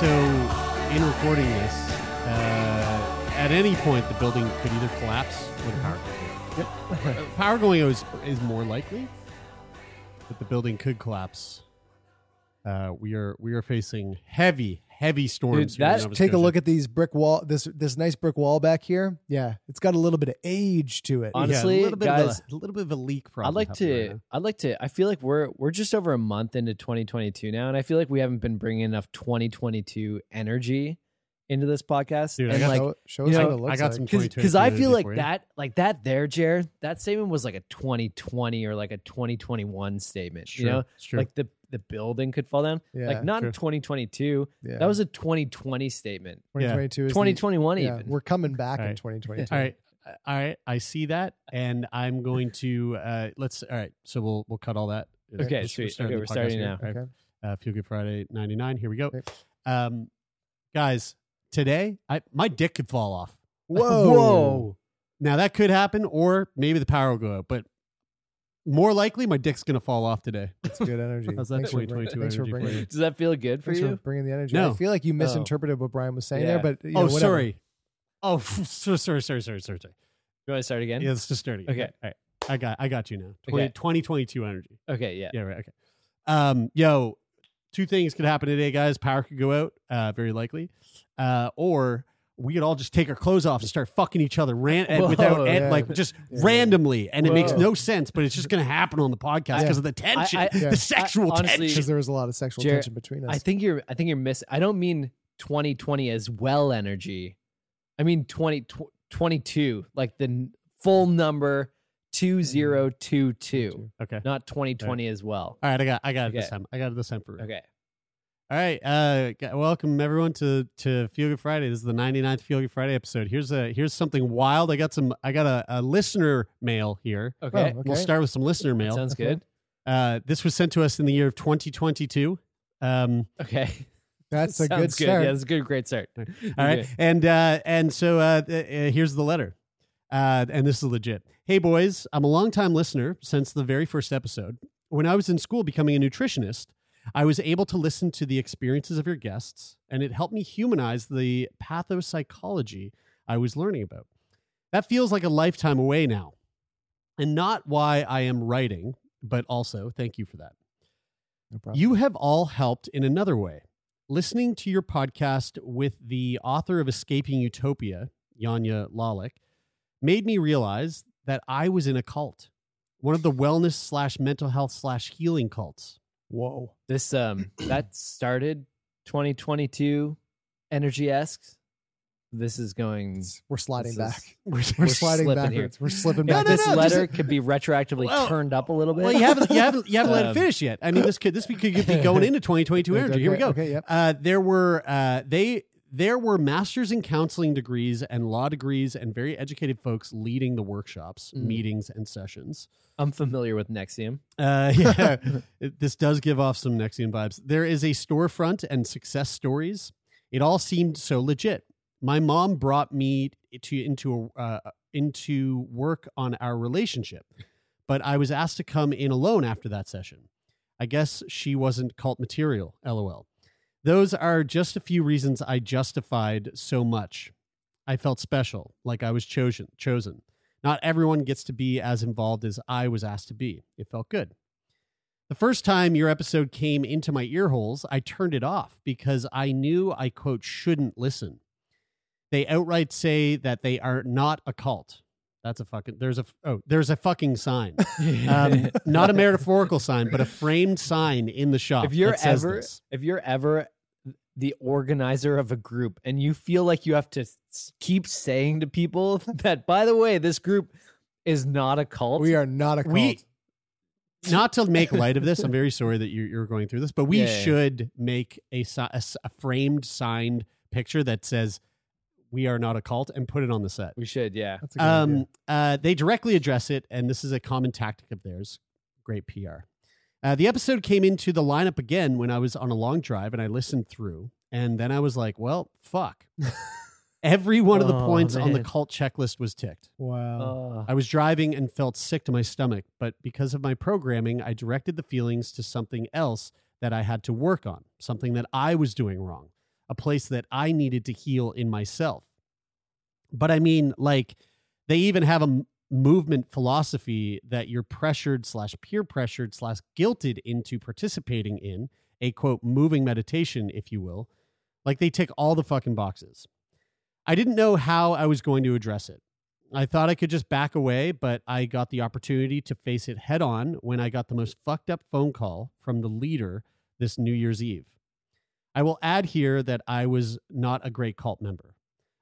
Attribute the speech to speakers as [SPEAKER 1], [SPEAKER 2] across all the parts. [SPEAKER 1] So, in recording this, uh, at any point, the building could either collapse or the power could go. Yep. Uh, power going is, is more likely, but the building could collapse. Uh, we are we are facing heavy, heavy storms.
[SPEAKER 2] Dude,
[SPEAKER 1] here in
[SPEAKER 2] that-
[SPEAKER 1] Nova
[SPEAKER 3] Take a
[SPEAKER 1] Scotia.
[SPEAKER 3] look at these brick wall. This this nice brick wall back here. Yeah, it's got a little bit of age to it.
[SPEAKER 1] Yeah,
[SPEAKER 2] Honestly,
[SPEAKER 1] a little bit
[SPEAKER 2] guys,
[SPEAKER 1] of a, a little bit of a leak problem.
[SPEAKER 2] I'd like
[SPEAKER 1] happening right
[SPEAKER 2] to.
[SPEAKER 1] now.
[SPEAKER 2] I'd like to. I feel like we're we're just over a month into 2022 now, and I feel like we haven't been bringing enough 2022 energy into this podcast.
[SPEAKER 1] Dude, I
[SPEAKER 2] and
[SPEAKER 1] got
[SPEAKER 2] like,
[SPEAKER 3] show, show
[SPEAKER 2] you
[SPEAKER 3] us
[SPEAKER 2] know,
[SPEAKER 3] what it looks
[SPEAKER 1] I got
[SPEAKER 3] like.
[SPEAKER 1] some
[SPEAKER 2] because I
[SPEAKER 1] 2022
[SPEAKER 2] feel like
[SPEAKER 1] for you.
[SPEAKER 2] that, like that there, Jared, that statement was like a 2020 or like a 2021 statement.
[SPEAKER 1] It's
[SPEAKER 2] You
[SPEAKER 1] true.
[SPEAKER 2] know,
[SPEAKER 1] It's true.
[SPEAKER 2] like the the building could fall down.
[SPEAKER 3] Yeah,
[SPEAKER 2] like not in
[SPEAKER 1] true.
[SPEAKER 2] 2022.
[SPEAKER 3] yeah.
[SPEAKER 2] That was a 2020 statement.
[SPEAKER 1] Yeah.
[SPEAKER 3] 2022. is the-
[SPEAKER 2] 2021
[SPEAKER 3] yeah,
[SPEAKER 2] even.
[SPEAKER 3] we're coming back
[SPEAKER 1] All
[SPEAKER 3] in
[SPEAKER 1] right.
[SPEAKER 3] 2022.
[SPEAKER 1] all right Uh, all right i see that and i'm going to uh let's all right so we'll we'll cut all that Uh,
[SPEAKER 2] Okay,
[SPEAKER 1] let's-
[SPEAKER 2] sweet. Okay,
[SPEAKER 1] starting the
[SPEAKER 2] we're
[SPEAKER 1] podcast
[SPEAKER 2] starting
[SPEAKER 1] here.
[SPEAKER 2] now.
[SPEAKER 1] All right.
[SPEAKER 3] Okay.
[SPEAKER 1] uh, feel good friday 99 here we go
[SPEAKER 3] Okay.
[SPEAKER 1] um guys today i my dick could fall off
[SPEAKER 3] Whoa.
[SPEAKER 1] now that could happen or maybe the power will go out but more likely my dick's gonna fall off today
[SPEAKER 3] That's good energy.
[SPEAKER 1] How's that
[SPEAKER 3] Thanks for bringing-
[SPEAKER 1] 2022
[SPEAKER 3] Thanks for
[SPEAKER 1] energy for
[SPEAKER 3] bringing.
[SPEAKER 1] you?
[SPEAKER 2] Does that feel good for
[SPEAKER 3] Thanks for
[SPEAKER 2] you? Oh.
[SPEAKER 3] bringing the energy. I
[SPEAKER 1] No.
[SPEAKER 3] feel like you misinterpreted what Brian was saying
[SPEAKER 2] Yeah.
[SPEAKER 3] there, but you know,
[SPEAKER 1] oh
[SPEAKER 3] whatever.
[SPEAKER 1] sorry oh sorry sorry sorry sorry sorry
[SPEAKER 2] You want to start again?
[SPEAKER 1] yeah let's just start again.
[SPEAKER 2] Okay.
[SPEAKER 1] all right i got i got you now
[SPEAKER 2] Okay.
[SPEAKER 1] 20, 2022 energy
[SPEAKER 2] Okay. Yeah.
[SPEAKER 1] Yeah, right. Okay. Um, yo, two things could happen today, guys. Power could go out, uh, very likely. Uh, or we could all just take our clothes off and start fucking each other ran- and
[SPEAKER 2] Whoa,
[SPEAKER 1] without and,
[SPEAKER 3] Oh, yeah.
[SPEAKER 1] like just
[SPEAKER 3] Yeah.
[SPEAKER 1] randomly, and it makes
[SPEAKER 2] Whoa.
[SPEAKER 1] no sense, but it's just gonna happen on the podcast
[SPEAKER 3] Yeah.
[SPEAKER 1] because of the tension,
[SPEAKER 2] I-
[SPEAKER 3] yeah.
[SPEAKER 1] the sexual
[SPEAKER 2] I- honestly-
[SPEAKER 1] tension.
[SPEAKER 3] Because there was a lot of sexual
[SPEAKER 2] Jared,
[SPEAKER 3] tension between us.
[SPEAKER 2] I think you're. I think you're missing. I don't mean 2020 as well energy. I mean 20, tw- 22, like the n- full number two zero two two,
[SPEAKER 1] Okay.
[SPEAKER 2] not 2020 as well.
[SPEAKER 1] All right, I got, I got it this
[SPEAKER 2] Okay.
[SPEAKER 1] time. I got it this time for. real.
[SPEAKER 2] Okay.
[SPEAKER 1] All right, uh, g- welcome everyone to to Feel Good Friday. This is the 99th Feel Good Friday episode. Here's a here's something wild. I got some. I got a, a listener mail here.
[SPEAKER 2] Okay.
[SPEAKER 3] Oh,
[SPEAKER 1] We'll
[SPEAKER 3] okay.
[SPEAKER 1] start with some listener mail.
[SPEAKER 2] Sounds good.
[SPEAKER 1] Uh, this was sent to us in the year of 2022. Um,
[SPEAKER 2] Okay.
[SPEAKER 3] that's a
[SPEAKER 2] Sounds
[SPEAKER 3] good start.
[SPEAKER 2] Yeah, that's a good, great start.
[SPEAKER 1] all right,
[SPEAKER 2] Okay.
[SPEAKER 1] and uh, and so uh, uh, here's the letter, uh, and this is legit. Hey boys, I'm a longtime listener since the very first episode. When I was in school becoming a nutritionist, I was able to listen to the experiences of your guests, and it helped me humanize the pathopsychology I was learning about. That feels like a lifetime away now, and not why I am writing, but also thank you for that.
[SPEAKER 3] No problem.
[SPEAKER 1] You have all helped in another way. Listening to your podcast with the author of Escaping Utopia, Yanya Lalik, made me realize that I was in a cult, one of the wellness slash mental health slash healing cults.
[SPEAKER 3] Whoa.
[SPEAKER 2] This um that started 2022 energy esque. This is going.
[SPEAKER 3] We're sliding
[SPEAKER 2] This
[SPEAKER 3] back.
[SPEAKER 2] is-
[SPEAKER 1] We're,
[SPEAKER 3] We're sliding
[SPEAKER 2] slipping here.
[SPEAKER 3] backwards. We're slipping
[SPEAKER 1] No,
[SPEAKER 2] Yeah,
[SPEAKER 3] back.
[SPEAKER 1] no,
[SPEAKER 2] this
[SPEAKER 1] no, just-
[SPEAKER 2] letter could be retroactively
[SPEAKER 1] Well-
[SPEAKER 2] turned up a little bit.
[SPEAKER 1] Well, you haven't, you haven't, you haven't let it
[SPEAKER 2] Um,
[SPEAKER 1] finish yet. I mean, this could this could be going into 2022
[SPEAKER 3] Okay,
[SPEAKER 1] energy. Here we
[SPEAKER 3] okay,
[SPEAKER 1] go.
[SPEAKER 3] Okay, yep.
[SPEAKER 1] Uh, there were uh, they there were masters in counseling degrees and law degrees and very educated folks leading the workshops,
[SPEAKER 2] Mm.
[SPEAKER 1] meetings, and sessions.
[SPEAKER 2] I'm familiar with Nexium.
[SPEAKER 1] Uh, yeah, It- this does give off some Nexium vibes. There is a storefront and success stories. It all seemed so legit. My mom brought me to into a, uh, into work on our relationship, but I was asked to come in alone after that session. I guess she wasn't cult material. LOL. Those are just a few reasons I justified so much. I felt special, like I was chosen. Chosen. Not everyone gets to be as involved as I was asked to be. It felt good. The first time your episode came into my ear holes, I turned it off because I knew I, quote, shouldn't listen. They outright say that they are not a cult. That's a fucking. There's a f- oh. There's a fucking sign. Um, not a metaphorical sign, but a framed sign in the shop.
[SPEAKER 2] if you're
[SPEAKER 1] that says
[SPEAKER 2] ever
[SPEAKER 1] this.
[SPEAKER 2] if you're ever the organizer of a group and you feel like you have to s- keep saying to people that by the way this group is not a cult
[SPEAKER 3] We are not a cult.
[SPEAKER 1] We- not to make light of this, I'm very sorry that you're, you're going through this, but we
[SPEAKER 2] Yeah, yeah.
[SPEAKER 1] should make a, si- a s- a framed signed picture that says we are not a cult and put it on the set.
[SPEAKER 2] we should yeah
[SPEAKER 3] That's a good idea.
[SPEAKER 1] Um, uh, they directly address it, and this is a common tactic of theirs. Great PR. Uh, the episode came into the lineup again when I was on a long drive and I listened through, and then I was like, well, fuck. Every one of the
[SPEAKER 2] Oh,
[SPEAKER 1] points on the
[SPEAKER 2] man.
[SPEAKER 1] cult checklist was ticked.
[SPEAKER 3] Wow.
[SPEAKER 2] Ugh.
[SPEAKER 1] I was driving and felt sick to my stomach, but because of my programming, I directed the feelings to something else that I had to work on, something that I was doing wrong, a place that I needed to heal in myself. But I mean, like, they even have a m- movement philosophy that you're pressured slash peer pressured slash guilted into participating in a quote moving meditation, if you will. Like they tick all the fucking boxes. I didn't know how I was going to address it. I thought I could just back away, but I got the opportunity to face it head on when I got the most fucked up phone call from the leader this New Year's Eve. I will add here that I was not a great cult member.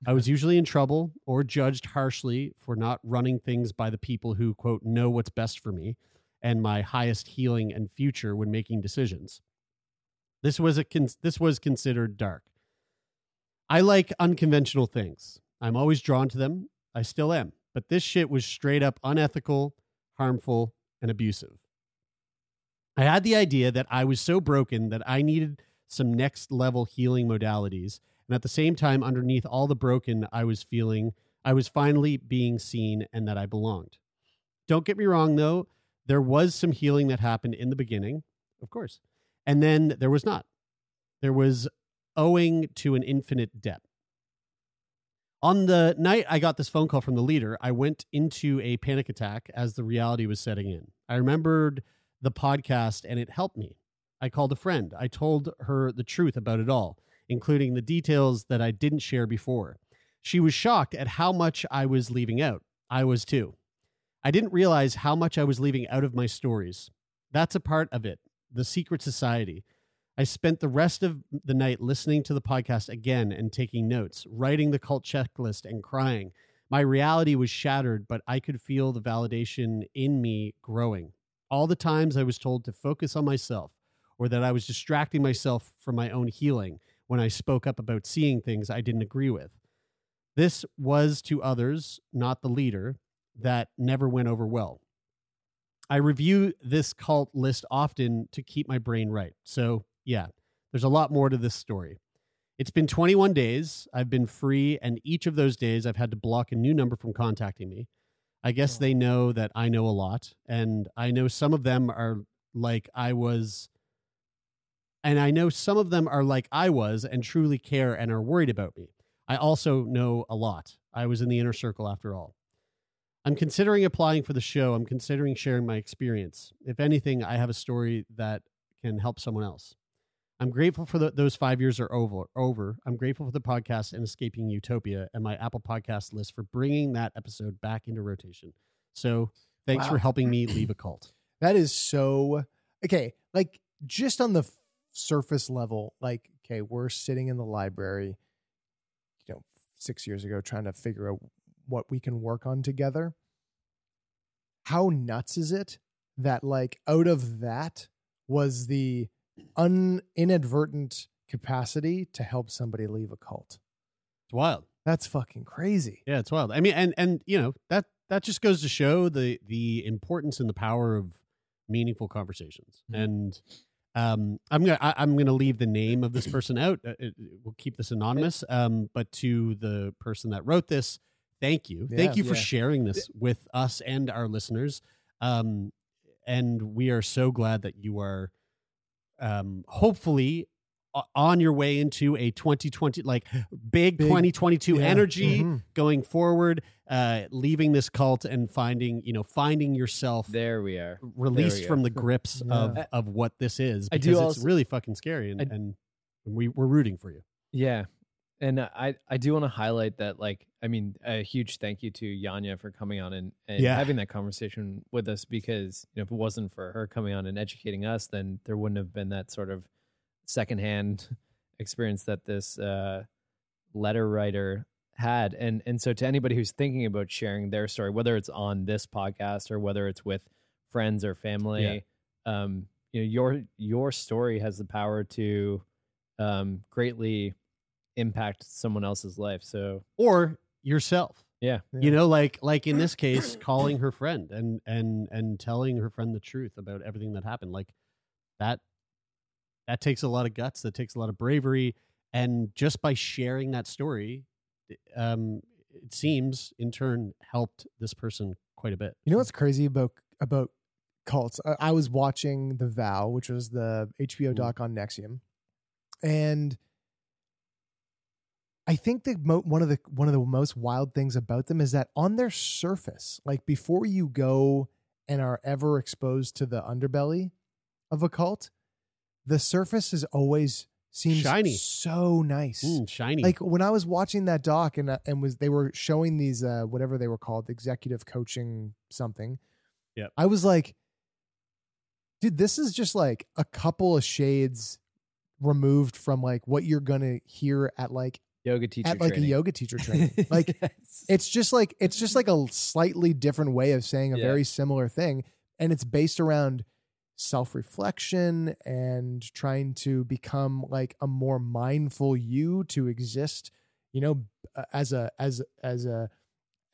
[SPEAKER 1] I was usually in trouble or judged harshly for not running things by the people who, quote, know what's best for me and my highest healing and future when making decisions. This was, a con- this was considered dark. I like unconventional things. I'm always drawn to them. I still am. But this shit was straight up unethical, harmful, and abusive. I had the idea that I was so broken that I needed some next level healing modalities. And at the same time, underneath all the broken I was feeling, I was finally being seen and that I belonged. Don't get me wrong, though, there was some healing that happened in the beginning, of course. And then there was not. There was owing to an infinite debt. On the night I got this phone call from the leader, I went into a panic attack as the reality was setting in. I remembered the podcast and it helped me. I called a friend. I told her the truth about it all, including the details that I didn't share before. She was shocked at how much I was leaving out. I was too. I didn't realize how much I was leaving out of my stories. That's a part of it, the secret society. I spent the rest of the night listening to the podcast again and taking notes, writing the cult checklist and crying. My reality was shattered, but I could feel the validation in me growing. All the times I was told to focus on myself or that I was distracting myself from my own healing when I spoke up about seeing things I didn't agree with. This was to others, not the leader, that never went over well. I review this cult list often to keep my brain right. So, yeah, there's a lot more to this story. It's been 21 days. I've been free, and each of those days I've had to block a new number from contacting me. I guess they know that I know a lot, and I know some of them are like I was, and I know some of them are like I was and truly care and are worried about me. I also know a lot. I was in the inner circle after all. I'm considering applying for the show. I'm considering sharing my experience. If anything, I have a story that can help someone else. I'm grateful for the, those five years are over. Over. I'm grateful for the podcast and escaping utopia and my Apple Podcast list for bringing that episode back into rotation. So thanks
[SPEAKER 3] Wow.
[SPEAKER 1] for helping me leave a cult.
[SPEAKER 3] That is so okay. Like just on the f- surface level, like okay, we're sitting in the library, you know, six years ago, trying to figure out what we can work on together. How nuts is it that like out of that was the un inadvertent capacity to help somebody leave a cult?
[SPEAKER 1] It's wild.
[SPEAKER 3] That's fucking crazy.
[SPEAKER 1] Yeah, it's wild. I mean, and and you know that that just goes to show the the importance and the power of meaningful conversations.
[SPEAKER 3] Mm-hmm.
[SPEAKER 1] And um, I'm gonna I, I'm gonna leave the name of this person out. Uh, it- it- we'll keep this anonymous. Um, but to the person that wrote this, thank you, thank
[SPEAKER 3] Yeah.
[SPEAKER 1] you for
[SPEAKER 2] Yeah.
[SPEAKER 1] sharing this with us and our listeners. Um, and we are so glad that you are, um, hopefully. o- On your way into a 2020, like big,
[SPEAKER 3] Big-
[SPEAKER 1] 2022
[SPEAKER 3] Yeah.
[SPEAKER 1] energy,
[SPEAKER 3] Mhm.
[SPEAKER 1] going forward, uh, leaving this cult and finding, you know, finding yourself
[SPEAKER 2] there we are
[SPEAKER 1] released
[SPEAKER 2] go.
[SPEAKER 1] from the grips of
[SPEAKER 3] Yeah.
[SPEAKER 1] of what this is
[SPEAKER 2] I
[SPEAKER 1] because
[SPEAKER 2] do
[SPEAKER 1] it's
[SPEAKER 2] also-
[SPEAKER 1] really fucking scary and,
[SPEAKER 2] I-
[SPEAKER 1] and we, we're rooting for you.
[SPEAKER 2] Yeah. and I I do want to highlight that like I mean a huge thank you to Yanya for coming on and, and
[SPEAKER 1] Yeah.
[SPEAKER 2] having that conversation with us because you know if it wasn't for her coming on and educating us then there wouldn't have been that sort of secondhand experience that this uh, letter writer had and and so to anybody who's thinking about sharing their story whether it's on this podcast or whether it's with friends or family um you know your your story has the power to um greatly impact someone else's life so
[SPEAKER 1] or yourself.
[SPEAKER 2] Yeah.
[SPEAKER 1] You know, like like in this case, calling her friend and and and telling her friend the truth about everything that happened. Like that that takes a lot of guts, that takes a lot of bravery. And just by sharing that story, um, it seems in turn helped this person quite a bit.
[SPEAKER 3] You know what's crazy about about cults? I, I was watching The Vow, which was the HBO
[SPEAKER 1] Mm.
[SPEAKER 3] doc on Nexium, and I think the mo- one of the one of the most wild things about them is that on their surface, like before you go and are ever exposed to the underbelly of a cult, the surface is always seems
[SPEAKER 1] Shiny.
[SPEAKER 3] so nice.
[SPEAKER 1] Mm, shiny.
[SPEAKER 3] Like when I was watching that doc and uh, and was they were showing these uh whatever they were called executive coaching something.
[SPEAKER 1] Yep.
[SPEAKER 3] I was like dude this is just like a couple of shades removed from like what you're going to hear at like
[SPEAKER 2] yoga teacher
[SPEAKER 3] at like
[SPEAKER 2] training.
[SPEAKER 3] a yoga teacher training. like
[SPEAKER 2] Yes.
[SPEAKER 3] it's just like it's just like a slightly different way of saying a
[SPEAKER 2] Yeah.
[SPEAKER 3] very similar thing and it's based around self-reflection and trying to become like a more mindful you to exist you know uh, as a as as a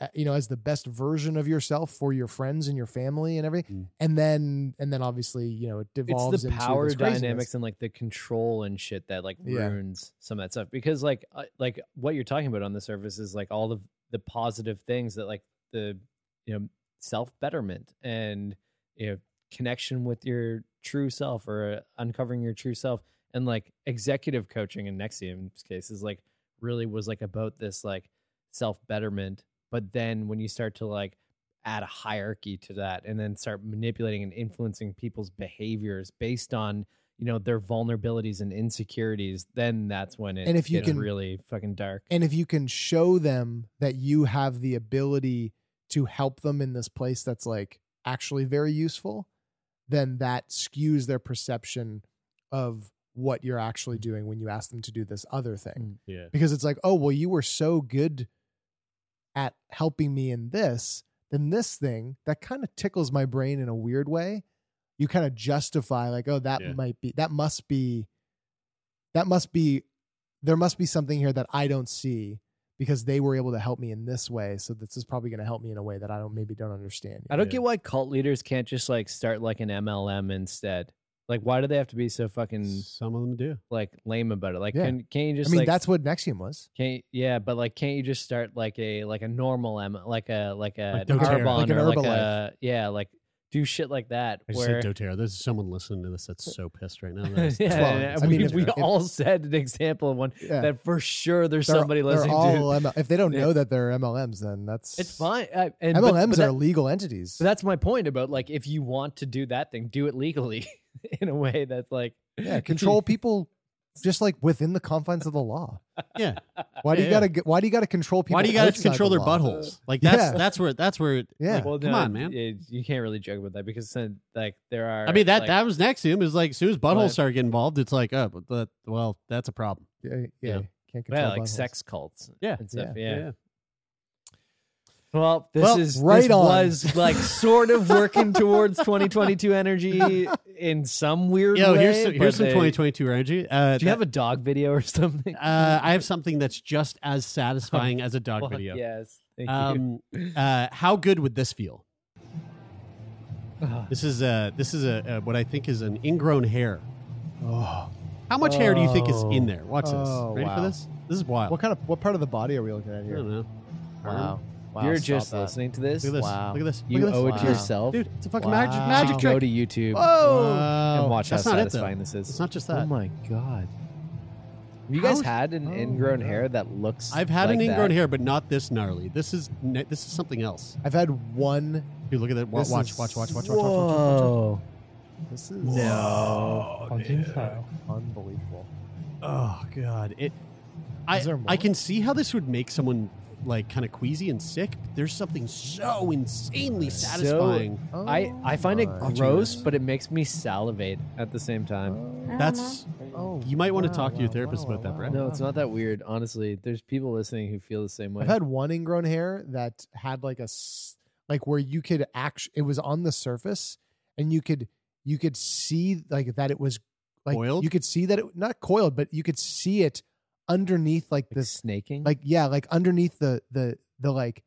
[SPEAKER 3] uh, you know as the best version of yourself for your friends and your family and everything
[SPEAKER 1] Mm.
[SPEAKER 3] and then and then obviously you know it devolves
[SPEAKER 2] it's the
[SPEAKER 3] into
[SPEAKER 2] power
[SPEAKER 3] this craziness.
[SPEAKER 2] dynamics and like the control and shit that like
[SPEAKER 3] Yeah.
[SPEAKER 2] ruins some of that stuff because like I like what you're talking about on the surface is like all of the positive things that like the you know self betterment and you know connection with your true self or uh, uncovering your true self and like executive coaching in Nexium's case is like really was like about this like self betterment but then when you start to like add a hierarchy to that and then start manipulating and influencing people's behaviors based on you know their vulnerabilities and insecurities then that's when it
[SPEAKER 3] And if you
[SPEAKER 2] gets
[SPEAKER 3] can-
[SPEAKER 2] really fucking dark
[SPEAKER 3] And if you can show them that you have the ability to help them in this place that's like actually very useful, then that skews their perception of what you're actually doing when you ask them to do this other thing.
[SPEAKER 1] yeah.
[SPEAKER 3] Because it's like, oh, well, you were so good at helping me in this, then this thing that kind of tickles my brain in a weird way. You kind of justify like, oh, that
[SPEAKER 1] Yeah.
[SPEAKER 3] might be, that must be, that must be, there must be something here that I don't see because they were able to help me in this way. So this is probably going to help me in a way that I don't maybe don't understand.
[SPEAKER 2] i don't
[SPEAKER 1] Yeah.
[SPEAKER 2] get why cult leaders can't just like start like an mlm instead like why do they have to be so fucking
[SPEAKER 1] Some of them do.
[SPEAKER 2] like lame about it like
[SPEAKER 3] Yeah.
[SPEAKER 2] can can you
[SPEAKER 3] I
[SPEAKER 2] just
[SPEAKER 3] mean,
[SPEAKER 2] like
[SPEAKER 3] that's what Nexium was.
[SPEAKER 2] can't yeah but like can't you just start like a like a normal m like a like a
[SPEAKER 1] Like doTERRA.
[SPEAKER 2] Arbonne
[SPEAKER 3] Like an
[SPEAKER 2] or like
[SPEAKER 3] Herbalife.
[SPEAKER 2] a yeah like do shit like that
[SPEAKER 1] I just
[SPEAKER 2] where
[SPEAKER 1] said doTERRA. There's someone listening to this that's so pissed right now.
[SPEAKER 2] yeah,
[SPEAKER 1] That I-
[SPEAKER 3] Well,
[SPEAKER 2] yeah,
[SPEAKER 3] I
[SPEAKER 2] we,
[SPEAKER 3] mean, if-
[SPEAKER 2] we
[SPEAKER 3] if-
[SPEAKER 2] all said an example of one
[SPEAKER 3] Yeah.
[SPEAKER 2] that for sure there's
[SPEAKER 3] They're-
[SPEAKER 2] somebody
[SPEAKER 3] they're
[SPEAKER 2] listening
[SPEAKER 3] all
[SPEAKER 2] to.
[SPEAKER 3] ML if they don't
[SPEAKER 2] Yeah.
[SPEAKER 3] know that they're MLMs, then that's
[SPEAKER 2] It's fine. I, and,
[SPEAKER 3] MLMs
[SPEAKER 2] but- but that-
[SPEAKER 3] are legal entities.
[SPEAKER 2] but that's my point about like if you want to do that thing, do it legally in a way that's like
[SPEAKER 3] Yeah, control people just like within the confines of the law.
[SPEAKER 1] yeah.
[SPEAKER 3] Why do
[SPEAKER 1] Yeah,
[SPEAKER 3] you gotta get- why do you gotta control people?
[SPEAKER 1] Why do you got to
[SPEAKER 3] outside
[SPEAKER 1] control
[SPEAKER 3] the
[SPEAKER 1] their
[SPEAKER 3] law?
[SPEAKER 1] buttholes? Like that's
[SPEAKER 3] Yeah.
[SPEAKER 1] that's where that's where it-
[SPEAKER 3] Yeah.
[SPEAKER 1] like,
[SPEAKER 2] Well,
[SPEAKER 1] come
[SPEAKER 2] no,
[SPEAKER 1] on, man.
[SPEAKER 2] it- you can't really joke about that because then, like there are.
[SPEAKER 1] I mean that
[SPEAKER 2] like,
[SPEAKER 1] that was Nexium is like as soon as
[SPEAKER 2] What?
[SPEAKER 1] buttholes start getting involved, it's like oh, but that, well, that's a problem.
[SPEAKER 3] Yeah, yeah,
[SPEAKER 1] Yeah.
[SPEAKER 3] Can't control
[SPEAKER 2] yeah, like
[SPEAKER 3] buttholes.
[SPEAKER 2] sex cults.
[SPEAKER 1] Yeah,
[SPEAKER 2] and stuff. Yeah. Well, this
[SPEAKER 3] Well,
[SPEAKER 2] is
[SPEAKER 3] right
[SPEAKER 2] this
[SPEAKER 3] on.
[SPEAKER 2] was like sort of working towards 2022 energy in some weird
[SPEAKER 1] Yo,
[SPEAKER 2] way.
[SPEAKER 1] here's some,
[SPEAKER 2] but
[SPEAKER 1] here's some
[SPEAKER 2] they-
[SPEAKER 1] 2022 energy. Uh,
[SPEAKER 2] Do you have a dog video or something?
[SPEAKER 1] uh, I have something that's just as satisfying as a dog
[SPEAKER 2] Fuck
[SPEAKER 1] video.
[SPEAKER 2] Yes. Thank you.
[SPEAKER 1] Um, uh, how good would this feel? This is uh this is a, uh what I think is an ingrown hair.
[SPEAKER 3] Oh,
[SPEAKER 1] How much hair do you think is
[SPEAKER 3] Oh.
[SPEAKER 1] in there? Watch this.
[SPEAKER 3] Oh,
[SPEAKER 1] Ready
[SPEAKER 3] wow.
[SPEAKER 1] for this? This is wild.
[SPEAKER 3] what kind of what part of the body are we looking at
[SPEAKER 1] I don't
[SPEAKER 3] here?
[SPEAKER 1] know.
[SPEAKER 3] Wow. wow,
[SPEAKER 2] You're
[SPEAKER 3] stop
[SPEAKER 2] just
[SPEAKER 3] that.
[SPEAKER 2] listening to this.
[SPEAKER 1] Look at this.
[SPEAKER 3] Wow.
[SPEAKER 1] Look at this.
[SPEAKER 2] You
[SPEAKER 1] Look at
[SPEAKER 2] owe it
[SPEAKER 1] this.
[SPEAKER 2] to
[SPEAKER 3] Wow.
[SPEAKER 2] yourself.
[SPEAKER 1] Dude, it's a fucking
[SPEAKER 3] Wow.
[SPEAKER 1] magic
[SPEAKER 2] to
[SPEAKER 1] magic
[SPEAKER 3] Wow.
[SPEAKER 2] go
[SPEAKER 1] trick.
[SPEAKER 2] to YouTube
[SPEAKER 3] Whoa!
[SPEAKER 2] and
[SPEAKER 1] Wow.
[SPEAKER 2] watch
[SPEAKER 1] That's
[SPEAKER 2] how
[SPEAKER 1] not it, though.
[SPEAKER 2] satisfying this is.
[SPEAKER 1] It's not just that.
[SPEAKER 2] oh my god. Have you guys
[SPEAKER 1] How's-
[SPEAKER 2] had an
[SPEAKER 1] Oh,
[SPEAKER 2] ingrown
[SPEAKER 1] no.
[SPEAKER 2] hair that looks?
[SPEAKER 1] I've had an
[SPEAKER 2] like
[SPEAKER 1] ingrown
[SPEAKER 2] that?
[SPEAKER 1] hair, but not this gnarly. This is ne- this is something else.
[SPEAKER 3] I've had one
[SPEAKER 1] Dude, look at that. Wa-
[SPEAKER 3] This
[SPEAKER 1] Watch,
[SPEAKER 3] is-
[SPEAKER 1] watch, watch, watch, watch, watch, watch, watch, watch.
[SPEAKER 2] Whoa.
[SPEAKER 3] this is
[SPEAKER 1] No.
[SPEAKER 3] unbelievable.
[SPEAKER 1] Oh god. It I,
[SPEAKER 4] Is there more?
[SPEAKER 1] I can see how this would make someone like kind of queasy and sick. But there's something so insanely
[SPEAKER 2] So-
[SPEAKER 1] satisfying.
[SPEAKER 2] I, I find it
[SPEAKER 1] Oh,
[SPEAKER 3] Oh my
[SPEAKER 2] gross,
[SPEAKER 3] goodness.
[SPEAKER 2] but it makes me salivate at the same time.
[SPEAKER 1] That's
[SPEAKER 3] Oh,
[SPEAKER 1] you might want to talk to your therapist about that, Brett.
[SPEAKER 2] No, it's not that weird. Honestly, there's people listening who feel the same way.
[SPEAKER 3] I've had one ingrown hair that had like a s- like where you could act. It was on the surface, and you could you could see like that it was like
[SPEAKER 1] Coiled?
[SPEAKER 3] you could see that it not coiled, but you could see it underneath like
[SPEAKER 2] like
[SPEAKER 3] this
[SPEAKER 2] snaking.
[SPEAKER 3] like yeah like underneath the the the like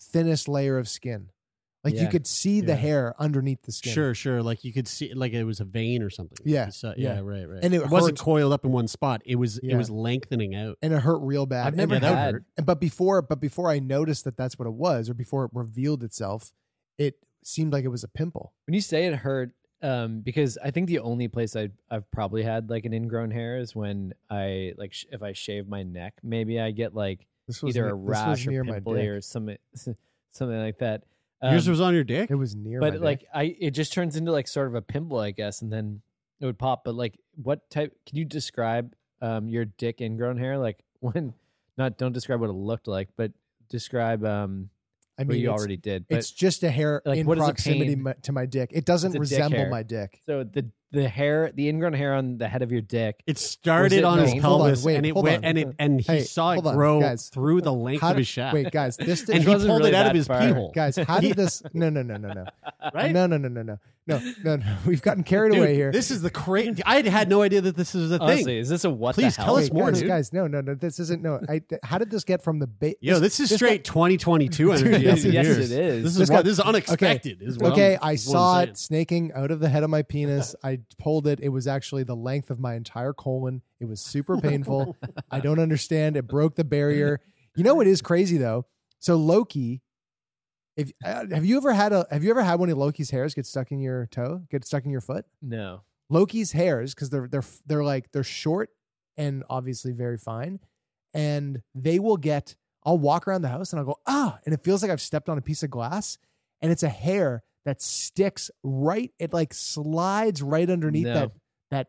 [SPEAKER 3] thinnest layer of skin. Like you
[SPEAKER 2] Yeah.
[SPEAKER 3] could see the
[SPEAKER 1] Yeah.
[SPEAKER 3] hair underneath the skin.
[SPEAKER 1] Sure, sure. Like you could see, like it was a vein or something.
[SPEAKER 3] Yeah,
[SPEAKER 1] You saw-
[SPEAKER 3] yeah.
[SPEAKER 1] yeah, right, right.
[SPEAKER 3] And it
[SPEAKER 1] wasn't
[SPEAKER 3] hurt.
[SPEAKER 1] coiled up in one spot. It was,
[SPEAKER 3] Yeah.
[SPEAKER 1] it was lengthening out.
[SPEAKER 3] and it hurt real bad.
[SPEAKER 2] I've never
[SPEAKER 1] yeah, that would
[SPEAKER 2] had.
[SPEAKER 1] hurt.
[SPEAKER 3] And- but before but before I noticed that that's what it was, or before it revealed itself, it seemed like it was a pimple.
[SPEAKER 2] When you say it hurt, um, because I think the only place I I've probably had like an ingrown hair is when I like sh- if I shave my neck, maybe I get like
[SPEAKER 3] This was
[SPEAKER 2] either
[SPEAKER 3] ne-
[SPEAKER 2] a
[SPEAKER 3] this was
[SPEAKER 2] rash or
[SPEAKER 3] near my
[SPEAKER 2] pimple
[SPEAKER 3] dick.
[SPEAKER 2] or something something like that.
[SPEAKER 1] Yours
[SPEAKER 2] Um,
[SPEAKER 1] was on your dick.
[SPEAKER 3] It was near, my
[SPEAKER 2] but
[SPEAKER 3] dick.
[SPEAKER 2] like I, it just turns into like sort of a pimple, I guess, and then it would pop. But like, what type? Can you describe um your dick ingrown hair? Like when, not don't describe what it looked like, but describe um
[SPEAKER 3] I
[SPEAKER 2] what
[SPEAKER 3] mean,
[SPEAKER 2] you
[SPEAKER 3] it's,
[SPEAKER 2] already did. But
[SPEAKER 3] it's just a hair
[SPEAKER 2] like,
[SPEAKER 3] in
[SPEAKER 2] what is the
[SPEAKER 3] proximity
[SPEAKER 2] pain?
[SPEAKER 3] mi- to my dick. It
[SPEAKER 2] It's
[SPEAKER 3] doesn't
[SPEAKER 2] a dick
[SPEAKER 3] resemble
[SPEAKER 2] hair.
[SPEAKER 3] my dick.
[SPEAKER 2] so the the hair, the ingrown hair on the head of your dick.
[SPEAKER 1] It started
[SPEAKER 2] it
[SPEAKER 1] on his
[SPEAKER 2] vein?
[SPEAKER 3] Hold on,
[SPEAKER 1] pelvis,
[SPEAKER 3] wait,
[SPEAKER 1] and it
[SPEAKER 3] hold
[SPEAKER 1] went,
[SPEAKER 3] on.
[SPEAKER 1] and it, and he
[SPEAKER 3] Hey,
[SPEAKER 1] saw it
[SPEAKER 3] hold on,
[SPEAKER 1] grow
[SPEAKER 3] guys.
[SPEAKER 1] through the length
[SPEAKER 3] How
[SPEAKER 1] of
[SPEAKER 3] did-
[SPEAKER 1] his shaft.
[SPEAKER 3] Wait, guys, this
[SPEAKER 1] and
[SPEAKER 3] did,
[SPEAKER 1] he
[SPEAKER 2] It wasn't
[SPEAKER 1] pulled it
[SPEAKER 2] really
[SPEAKER 1] out of
[SPEAKER 2] that
[SPEAKER 1] his
[SPEAKER 2] far.
[SPEAKER 1] pee hole.
[SPEAKER 3] guys, how did this? No, no, no, no, no,
[SPEAKER 1] Right?
[SPEAKER 3] no, no, no, no, no, no, no, no. We've gotten carried
[SPEAKER 1] Dude,
[SPEAKER 3] away here.
[SPEAKER 1] This is the crazy. I had no idea that this was a
[SPEAKER 2] Honestly,
[SPEAKER 1] thing.
[SPEAKER 2] is this a what?
[SPEAKER 1] Please
[SPEAKER 2] the hell?
[SPEAKER 1] tell us
[SPEAKER 3] Wait,
[SPEAKER 1] more,
[SPEAKER 3] guys,
[SPEAKER 1] dude.
[SPEAKER 3] guys, no, no, no. This isn't no. I, how did this get from the base?
[SPEAKER 1] Yo, this is straight 2022
[SPEAKER 3] Dude, this
[SPEAKER 1] energy. up in
[SPEAKER 3] is-
[SPEAKER 1] here.
[SPEAKER 2] Yes, it is.
[SPEAKER 1] This is
[SPEAKER 3] This
[SPEAKER 1] why
[SPEAKER 3] got-
[SPEAKER 1] this is unexpected. is what
[SPEAKER 3] okay,
[SPEAKER 1] I'm-
[SPEAKER 3] I
[SPEAKER 1] is what I'm
[SPEAKER 3] saw
[SPEAKER 1] saying.
[SPEAKER 3] it snaking out of the head of my penis. I pulled it. It was actually the length of my entire colon. It was super painful. I don't understand. It broke the barrier. You know what is crazy though? So Loki, if uh, have you ever had a have you ever had one of Loki's hairs get stuck in your toe? Get stuck in your foot?
[SPEAKER 2] No.
[SPEAKER 3] Loki's hairs because they're they're they're like they're short and obviously very fine, and they will get. I'll walk around the house and I'll go ah, and it feels like I've stepped on a piece of glass, and it's a hair that sticks right. It like slides right underneath
[SPEAKER 2] No.
[SPEAKER 3] that that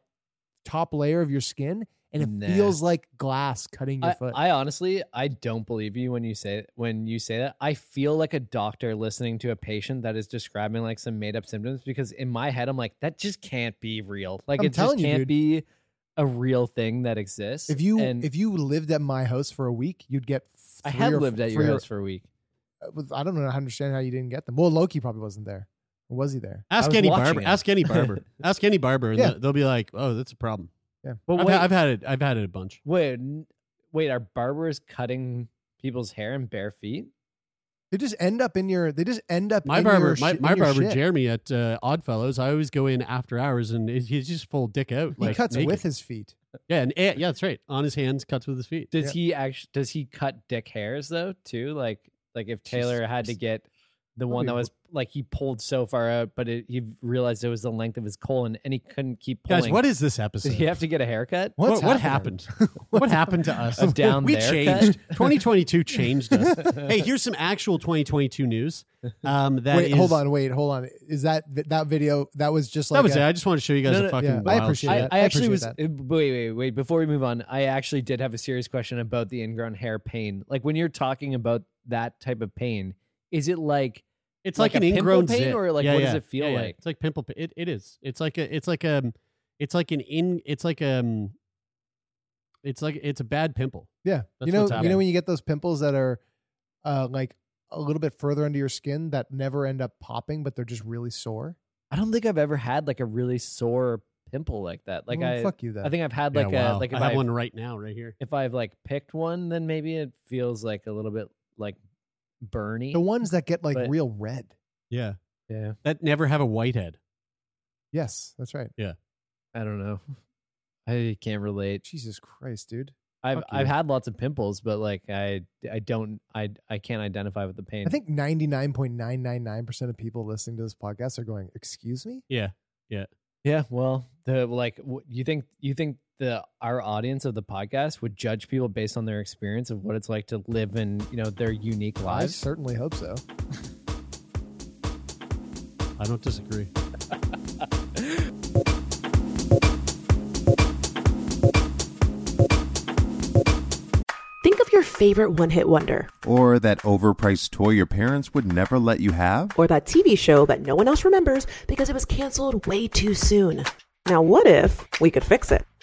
[SPEAKER 3] top layer of your skin, and it
[SPEAKER 2] Nah.
[SPEAKER 3] feels like glass cutting your
[SPEAKER 2] I,
[SPEAKER 3] foot.
[SPEAKER 2] I honestly, I don't believe you when you say when you say that. I feel like a doctor listening to a patient that is describing like some made up symptoms because in my head I'm like that just can't be real. Like
[SPEAKER 3] I'm
[SPEAKER 2] it just
[SPEAKER 3] telling you,
[SPEAKER 2] can't
[SPEAKER 3] dude.
[SPEAKER 2] be a real thing that exists.
[SPEAKER 3] if you
[SPEAKER 2] and
[SPEAKER 3] if you lived at my house for a week, you'd get.
[SPEAKER 2] I
[SPEAKER 3] three
[SPEAKER 2] had
[SPEAKER 3] or-
[SPEAKER 2] lived at your
[SPEAKER 3] three or-
[SPEAKER 2] house for a week.
[SPEAKER 3] I don't know. I understand how you didn't get them. Well, Loki probably wasn't there. Or was he there?
[SPEAKER 2] I
[SPEAKER 1] Ask
[SPEAKER 2] was
[SPEAKER 1] any
[SPEAKER 2] watching
[SPEAKER 1] barber.
[SPEAKER 2] it.
[SPEAKER 1] Ask any barber. ask any barber, and
[SPEAKER 3] Yeah.
[SPEAKER 1] they'll- they'll be like, "Oh, that's a problem."
[SPEAKER 2] But
[SPEAKER 1] I've,
[SPEAKER 2] wait,
[SPEAKER 1] I've had it. I've had it a bunch.
[SPEAKER 2] wait, n- wait, are barbers cutting people's hair in bare feet?
[SPEAKER 3] They just end up in your. They just end up.
[SPEAKER 1] My
[SPEAKER 3] in
[SPEAKER 1] barber,
[SPEAKER 3] your shi-
[SPEAKER 1] my,
[SPEAKER 3] in
[SPEAKER 1] my
[SPEAKER 3] your
[SPEAKER 1] barber
[SPEAKER 3] shit.
[SPEAKER 1] Jeremy at uh, Oddfellows. I always go in after hours, and he- he's just full dick out.
[SPEAKER 3] He
[SPEAKER 1] like,
[SPEAKER 3] cuts
[SPEAKER 1] naked.
[SPEAKER 3] with his feet.
[SPEAKER 1] yeah, and, yeah, that's right. On his hands, cuts with his feet.
[SPEAKER 2] Does
[SPEAKER 3] Yeah.
[SPEAKER 2] he actually? Does he cut dick hairs though too? Like like if Taylor
[SPEAKER 1] Jesus
[SPEAKER 2] had to
[SPEAKER 1] Christ.
[SPEAKER 2] get the
[SPEAKER 3] That'd
[SPEAKER 2] one
[SPEAKER 3] be
[SPEAKER 2] that
[SPEAKER 3] wor-
[SPEAKER 2] was like he pulled so far out, but it, he realized it was the length of his colon, and he couldn't keep pulling.
[SPEAKER 1] Guys, what is this
[SPEAKER 2] Did
[SPEAKER 1] episode?
[SPEAKER 2] he have to get a haircut?
[SPEAKER 1] what,
[SPEAKER 3] What's
[SPEAKER 1] what
[SPEAKER 3] happening?
[SPEAKER 1] happened? what happened to us?
[SPEAKER 2] A down
[SPEAKER 1] we
[SPEAKER 2] there
[SPEAKER 1] changed.
[SPEAKER 2] cut?
[SPEAKER 1] 2022 changed us. hey, here's some actual 2022 news. Um, that
[SPEAKER 3] wait, hold
[SPEAKER 1] is-
[SPEAKER 3] on, wait, hold on. Is that that video? That was just like
[SPEAKER 1] that was
[SPEAKER 3] a-
[SPEAKER 1] it. I just want to show you guys
[SPEAKER 3] No,
[SPEAKER 1] a
[SPEAKER 3] no,
[SPEAKER 1] fucking.
[SPEAKER 3] yeah, I
[SPEAKER 1] wild
[SPEAKER 3] appreciate
[SPEAKER 1] shit.
[SPEAKER 2] I,
[SPEAKER 3] that.
[SPEAKER 2] I
[SPEAKER 3] I
[SPEAKER 2] actually
[SPEAKER 3] appreciate
[SPEAKER 2] was.
[SPEAKER 3] that.
[SPEAKER 2] uh, Wait, wait, wait. Before we move on, I actually did have a serious question about the ingrown hair pain. Like when you're talking about that type of pain, is it like
[SPEAKER 1] It's
[SPEAKER 2] Like
[SPEAKER 1] like,
[SPEAKER 2] a
[SPEAKER 1] an
[SPEAKER 2] pimple
[SPEAKER 1] ingrown
[SPEAKER 2] pain,
[SPEAKER 1] zit.
[SPEAKER 2] or, like,
[SPEAKER 1] yeah,
[SPEAKER 2] what
[SPEAKER 1] yeah,
[SPEAKER 2] does it feel
[SPEAKER 1] yeah, yeah.
[SPEAKER 2] like?
[SPEAKER 1] It's like pimple. pa- It, it is. It's like a. It's like a. It's like an in. It's like um. It's like it's a bad pimple.
[SPEAKER 3] yeah.
[SPEAKER 1] That's
[SPEAKER 3] You know,
[SPEAKER 1] what's
[SPEAKER 3] you
[SPEAKER 1] happening.
[SPEAKER 3] know when you get those pimples that are, uh, like a little bit further under your skin that never end up popping, but they're just really sore.
[SPEAKER 2] I don't think I've ever had like a really sore pimple like that. Like
[SPEAKER 3] Well,
[SPEAKER 2] I,
[SPEAKER 3] fuck you then.
[SPEAKER 2] I think I've had like
[SPEAKER 1] Mm, yeah,
[SPEAKER 2] a
[SPEAKER 1] wow.
[SPEAKER 2] like if
[SPEAKER 1] I have
[SPEAKER 2] I've-
[SPEAKER 1] one right now, right here.
[SPEAKER 2] if I've like picked one, then maybe it feels like a little bit like burny.
[SPEAKER 3] the ones that get like
[SPEAKER 2] But-
[SPEAKER 3] real red.
[SPEAKER 1] Yeah,
[SPEAKER 2] Yeah,
[SPEAKER 1] that never have a white head.
[SPEAKER 3] Yes, that's right.
[SPEAKER 2] I don't know. I can't relate.
[SPEAKER 3] Jesus Christ, dude.
[SPEAKER 2] I've
[SPEAKER 1] Fuck you.
[SPEAKER 2] I've had lots of pimples, but like I I don't I I can't identify with the pain.
[SPEAKER 3] I think ninety nine point nine nine nine percent of people listening to this podcast are going, "Excuse me."
[SPEAKER 1] Yeah,
[SPEAKER 2] yeah. Well, the like w- you think you think the our audience of the podcast would judge people based on their experience of what it's like to live in you know their unique
[SPEAKER 3] I
[SPEAKER 2] lives.
[SPEAKER 3] certainly hope so.
[SPEAKER 1] I don't disagree.
[SPEAKER 4] Think of your favorite one hit wonder,
[SPEAKER 5] Or that overpriced toy your parents would never let you have?
[SPEAKER 4] or that TV show that no one else remembers because it was canceled way too soon. Now, what if we could fix it?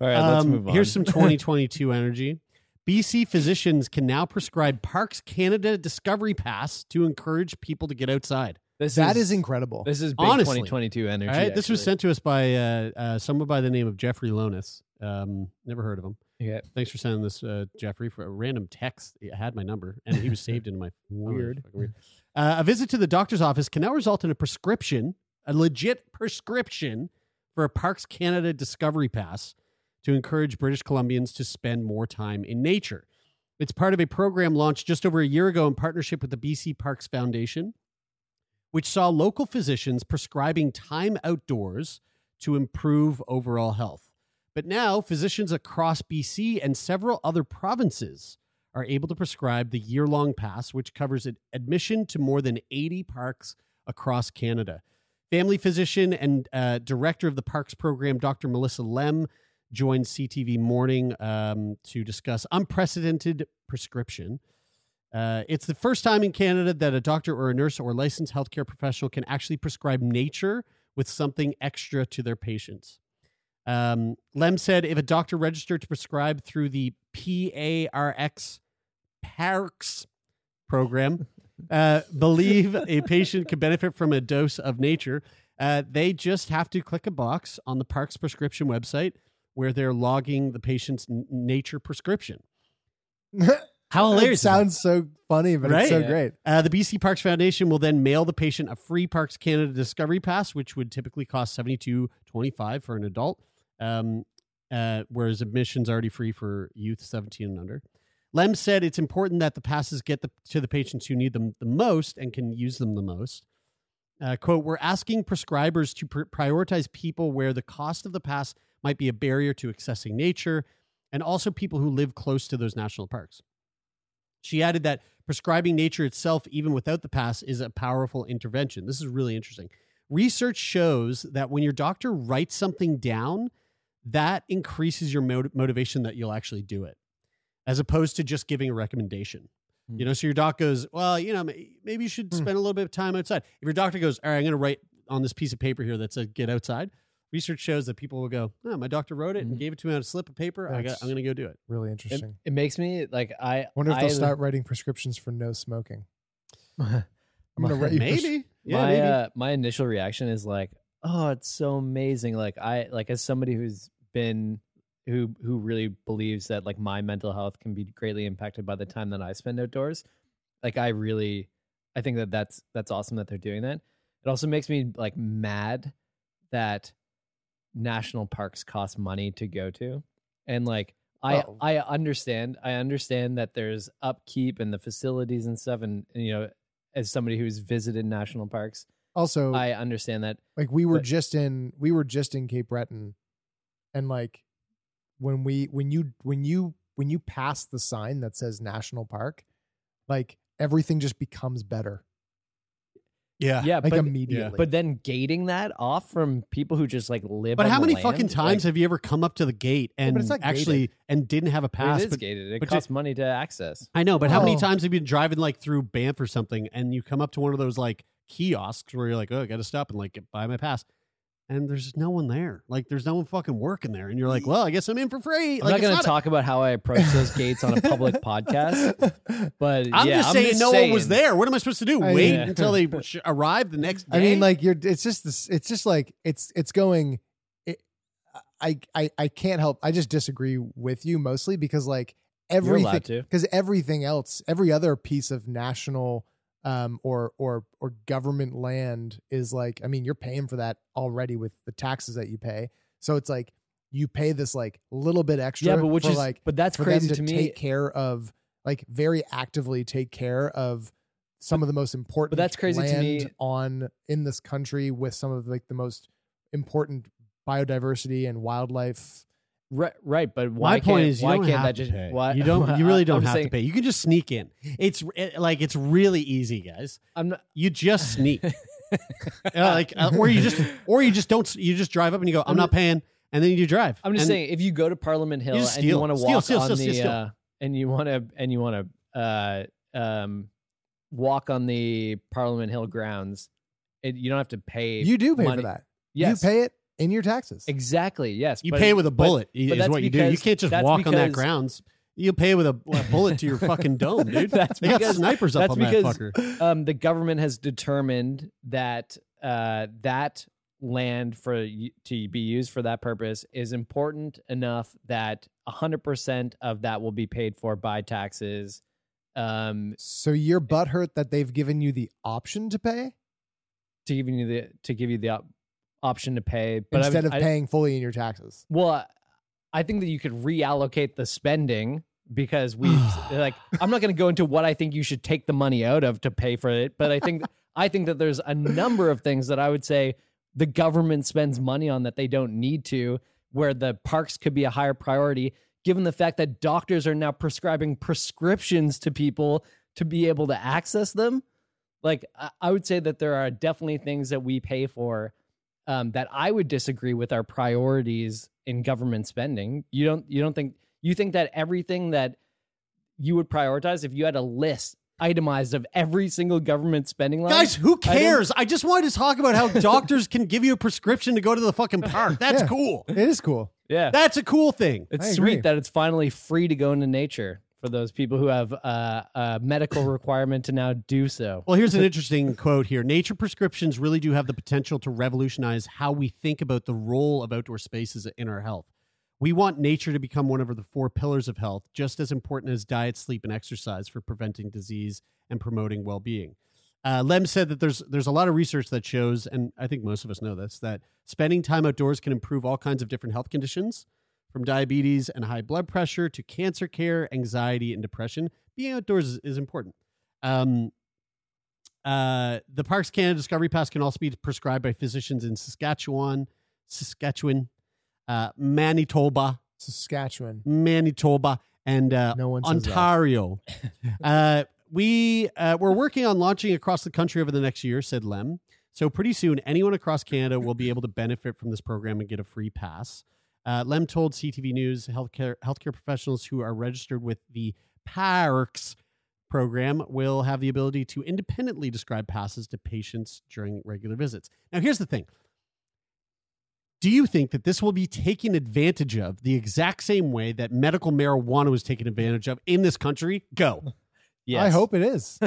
[SPEAKER 2] All right, let's
[SPEAKER 1] Um,
[SPEAKER 2] move on.
[SPEAKER 1] Here's some 2022 energy. BC physicians can now prescribe Parks Canada Discovery Pass to encourage people to get outside.
[SPEAKER 2] This
[SPEAKER 3] That is incredible.
[SPEAKER 2] This is big
[SPEAKER 1] Honestly.
[SPEAKER 2] 2022 energy.
[SPEAKER 1] All right, this was
[SPEAKER 2] actually.
[SPEAKER 1] sent to us by uh, uh, someone by the name of Jeffrey Lonis. Um, never heard of him.
[SPEAKER 2] Yeah.
[SPEAKER 1] Thanks for sending this, uh, Jeffrey, for a random text. It had my number, and he was saved in my phone.
[SPEAKER 2] Weird.
[SPEAKER 1] Fucking weird. Uh, a visit to the doctor's office can now result in a prescription, a legit prescription for a Parks Canada Discovery Pass to encourage British Columbians to spend more time in nature. It's part of a program launched just over a year ago in partnership with the BC Parks Foundation, which saw local physicians prescribing time outdoors to improve overall health. But now, physicians across BC and several other provinces are able to prescribe the year long pass, which covers ad- admission to more than 80 parks across Canada. Family physician and uh, director of the parks program, Dr. Melissa Lem, joined CTV Morning um, to discuss unprecedented prescription. Uh, it's the first time in Canada that a doctor or a nurse or licensed healthcare professional can actually prescribe nature with something extra to their patients. Um, Lem said if a doctor registered to prescribe through the PARX PARX program, uh, believe a patient could benefit from a dose of nature, uh, they just have to click a box on the park's prescription website where they're logging the patient's n- nature prescription. How
[SPEAKER 3] it
[SPEAKER 1] hilarious! is that?
[SPEAKER 3] sounds so funny, but
[SPEAKER 1] Right?
[SPEAKER 3] it's so
[SPEAKER 1] Yeah.
[SPEAKER 3] great.
[SPEAKER 1] Uh, the BC Parks Foundation will then mail the patient a free Parks Canada Discovery Pass, which would typically cost seventy two twenty five for an adult, um, uh, whereas admission's already free for youth seventeen and under. Lem said it's important that the passes get the, to the patients who need them the most and can use them the most. Uh, quote, we're asking prescribers to pr- prioritize people where the cost of the pass might be a barrier to accessing nature and also people who live close to those national parks. She added that prescribing nature itself, even without the pass, is a powerful intervention. This is really interesting. Research shows that when your doctor writes something down, that increases your mot- motivation that you'll actually do it, as opposed to just giving a recommendation. You know, so your doc goes, Well, you know, may- maybe you should
[SPEAKER 3] Hmm.
[SPEAKER 1] spend a little bit of time outside. If your doctor goes, All right, I'm going to write on this piece of paper here that says get outside, research shows that people will go, oh, My doctor wrote it and
[SPEAKER 2] Mhm.
[SPEAKER 1] gave it to me on a slip of paper. I got,
[SPEAKER 3] That's-
[SPEAKER 1] I'm going to go do it.
[SPEAKER 3] Really
[SPEAKER 2] It,
[SPEAKER 3] interesting.
[SPEAKER 2] it makes me like I
[SPEAKER 3] Wonder if
[SPEAKER 2] I,
[SPEAKER 3] they'll start writing prescriptions for no smoking. I'm gonna write you pres-
[SPEAKER 1] Maybe. Yeah,
[SPEAKER 2] my
[SPEAKER 1] maybe.
[SPEAKER 2] uh, my initial reaction is like, oh, it's so amazing. Like I like as somebody who's been who who really believes that like my mental health can be greatly impacted by the time that I spend outdoors. Like I really, I think that that's that's awesome that they're doing that. It also makes me like mad that national parks cost money to go to, and like. I,
[SPEAKER 3] Oh.
[SPEAKER 2] I understand I understand that there's upkeep and the facilities and stuff and, and you know as somebody who's visited national parks,
[SPEAKER 1] Oh.
[SPEAKER 3] Also,
[SPEAKER 2] I understand that.
[SPEAKER 3] like we were
[SPEAKER 2] but-
[SPEAKER 3] just in we were just in Cape Breton, and like when we when you when you when you pass the sign that says national park, like everything just becomes better.
[SPEAKER 1] Yeah.
[SPEAKER 2] Yeah,
[SPEAKER 3] Like
[SPEAKER 2] but,
[SPEAKER 3] immediately.
[SPEAKER 2] but then gating that off from people who just like live.
[SPEAKER 1] But
[SPEAKER 2] on
[SPEAKER 1] how
[SPEAKER 2] the
[SPEAKER 1] many
[SPEAKER 2] land,
[SPEAKER 1] fucking times
[SPEAKER 2] like,
[SPEAKER 1] have you ever come up to the gate and
[SPEAKER 3] but it's not
[SPEAKER 1] actually and didn't have a
[SPEAKER 2] well,
[SPEAKER 1] pass?
[SPEAKER 2] It is
[SPEAKER 1] but-
[SPEAKER 2] gated. It
[SPEAKER 1] but
[SPEAKER 2] costs money to access.
[SPEAKER 1] I know, but how many
[SPEAKER 3] Oh.
[SPEAKER 1] times have you been driving like through Banff or something and you come up to one of those like kiosks where you're like, oh, I got to stop and like get- buy my pass. And there's no one there. Like there's no one fucking working there. And you're like, well, I guess I'm in for
[SPEAKER 2] I'm
[SPEAKER 1] free. like,
[SPEAKER 2] not
[SPEAKER 1] it's
[SPEAKER 2] going to
[SPEAKER 1] not a-
[SPEAKER 2] talk about how I approach those gates on a public podcast, but
[SPEAKER 1] I'm
[SPEAKER 2] yeah,
[SPEAKER 1] just saying no one was
[SPEAKER 2] saying.
[SPEAKER 1] there. What am I supposed to do?
[SPEAKER 3] I-
[SPEAKER 1] Wait
[SPEAKER 2] Yeah.
[SPEAKER 1] until they sh- arrive the next day?
[SPEAKER 3] I mean, like you're. It's just this. It's just like it's. It's going. It, I. I. I can't help. I just disagree with you mostly because like
[SPEAKER 2] You're allowed
[SPEAKER 3] everything.
[SPEAKER 2] to.
[SPEAKER 3] Because everything else, every other piece of national, um, or or or government land is like. I mean, you're paying for that already with the taxes that you pay. So it's like you pay this like little bit extra.
[SPEAKER 2] Yeah, but which
[SPEAKER 3] for,
[SPEAKER 2] is
[SPEAKER 3] like
[SPEAKER 2] but that's
[SPEAKER 3] for
[SPEAKER 2] crazy
[SPEAKER 3] them
[SPEAKER 2] to
[SPEAKER 3] to
[SPEAKER 2] me.
[SPEAKER 3] take care of like very actively take care of some of the most important
[SPEAKER 2] that's crazy to
[SPEAKER 3] land
[SPEAKER 2] me.
[SPEAKER 3] on in this country with some of like the most important biodiversity and wildlife
[SPEAKER 2] Right, right, but why
[SPEAKER 1] My
[SPEAKER 2] can't,
[SPEAKER 1] point is, you
[SPEAKER 2] why
[SPEAKER 1] don't
[SPEAKER 2] can't
[SPEAKER 1] have
[SPEAKER 2] that
[SPEAKER 1] to
[SPEAKER 2] just
[SPEAKER 1] pay.
[SPEAKER 2] why
[SPEAKER 1] You don't. You really
[SPEAKER 2] I'm
[SPEAKER 1] don't have
[SPEAKER 2] saying-
[SPEAKER 1] to pay. You can just sneak in. It's it, like it's really easy, guys.
[SPEAKER 2] I'm not,
[SPEAKER 1] You just sneak, Uh,
[SPEAKER 2] Ah.
[SPEAKER 1] like, uh, or you just, or you just don't. You just drive up and you go, "I'm not paying," and then you drive.
[SPEAKER 2] I'm just
[SPEAKER 1] And-
[SPEAKER 2] saying, if you go to Parliament Hill
[SPEAKER 1] just
[SPEAKER 2] and you
[SPEAKER 1] steal.
[SPEAKER 2] want to
[SPEAKER 1] Steal,
[SPEAKER 2] walk
[SPEAKER 1] steal,
[SPEAKER 2] on
[SPEAKER 1] steal,
[SPEAKER 2] the
[SPEAKER 1] steal, steal.
[SPEAKER 2] Uh, and you want to and you want to uh, um, walk on the Parliament Hill grounds, it, you don't have to pay.
[SPEAKER 3] you do pay
[SPEAKER 2] money.
[SPEAKER 3] for that
[SPEAKER 2] Yes,
[SPEAKER 3] you pay it in your taxes
[SPEAKER 2] exactly. Yes,
[SPEAKER 1] You
[SPEAKER 2] but-
[SPEAKER 1] pay with a
[SPEAKER 2] but-
[SPEAKER 1] bullet.
[SPEAKER 2] but
[SPEAKER 1] is
[SPEAKER 2] that's
[SPEAKER 1] what you do. You
[SPEAKER 2] because-
[SPEAKER 1] can't just
[SPEAKER 2] that's
[SPEAKER 1] walk on that
[SPEAKER 2] because-
[SPEAKER 1] grounds. You pay with a, a bullet to your fucking dome, dude.
[SPEAKER 2] That's
[SPEAKER 1] they got
[SPEAKER 2] because-
[SPEAKER 1] snipers up
[SPEAKER 2] that's
[SPEAKER 1] on that
[SPEAKER 2] because-
[SPEAKER 1] fucker.
[SPEAKER 2] um, the government has determined that uh, that land for y- to be used for that purpose is important enough that 100% of that will be paid for by taxes um,
[SPEAKER 3] so you're butthurt that they've given you the option to pay
[SPEAKER 2] to give you the to give you the op- option to pay but I-
[SPEAKER 3] instead of
[SPEAKER 2] I-
[SPEAKER 3] paying fully in your taxes
[SPEAKER 2] well i think that you could reallocate the spending because we like i'm not going to go into what i think you should take the money out of to pay for it but i think i think that there's a number of things that i would say the government spends money on that they don't need to where the parks could be a higher priority given the fact that doctors are now prescribing prescriptions to people to be able to access them like I- i would say that there are definitely things that we pay for um, that i would disagree with our priorities in government spending you don't you don't think you think that everything that you would prioritize if you had a list itemized of every single government spending line
[SPEAKER 1] Guys, who
[SPEAKER 2] item-
[SPEAKER 1] cares? I, just wanted to talk about how doctors can give you a prescription to go to the fucking park. That's
[SPEAKER 3] Yeah.
[SPEAKER 1] cool.
[SPEAKER 3] it is cool
[SPEAKER 2] yeah
[SPEAKER 1] That's a cool thing.
[SPEAKER 3] I
[SPEAKER 2] It's
[SPEAKER 3] agree.
[SPEAKER 2] sweet that it's finally free to go into nature for those people who have uh, a medical requirement to now do so.
[SPEAKER 1] Well, here's an interesting quote here. Nature prescriptions really do have the potential to revolutionize how we think about the role of outdoor spaces in our health. We want nature to become one of the four pillars of health, just as important as diet, sleep, and exercise for preventing disease and promoting well-being. Uh, Lem said that there's there's a lot of research that shows, and I think most of us know this, that spending time outdoors can improve all kinds of different health conditions, from diabetes and high blood pressure to cancer care, anxiety, and depression. Being outdoors is, is important. Um, uh, the Parks Canada Discovery Pass can also be prescribed by physicians in Saskatchewan, Saskatchewan, uh, Manitoba,
[SPEAKER 3] saskatchewan
[SPEAKER 1] Manitoba, and uh,
[SPEAKER 3] No one says that.
[SPEAKER 1] Ontario. uh, we uh, we're working on launching across the country over the next year," said Lem. So pretty soon, anyone across Canada will be able to benefit from this program and get a free pass. Uh, Lem told CTV News healthcare healthcare professionals who are registered with the Parks program will have the ability to independently describe passes to patients during regular visits. Now, here's the thing. Do you think that this will be taken advantage of the exact same way that medical marijuana was taken advantage of in this country? Go.
[SPEAKER 2] Yes.
[SPEAKER 3] I hope it is.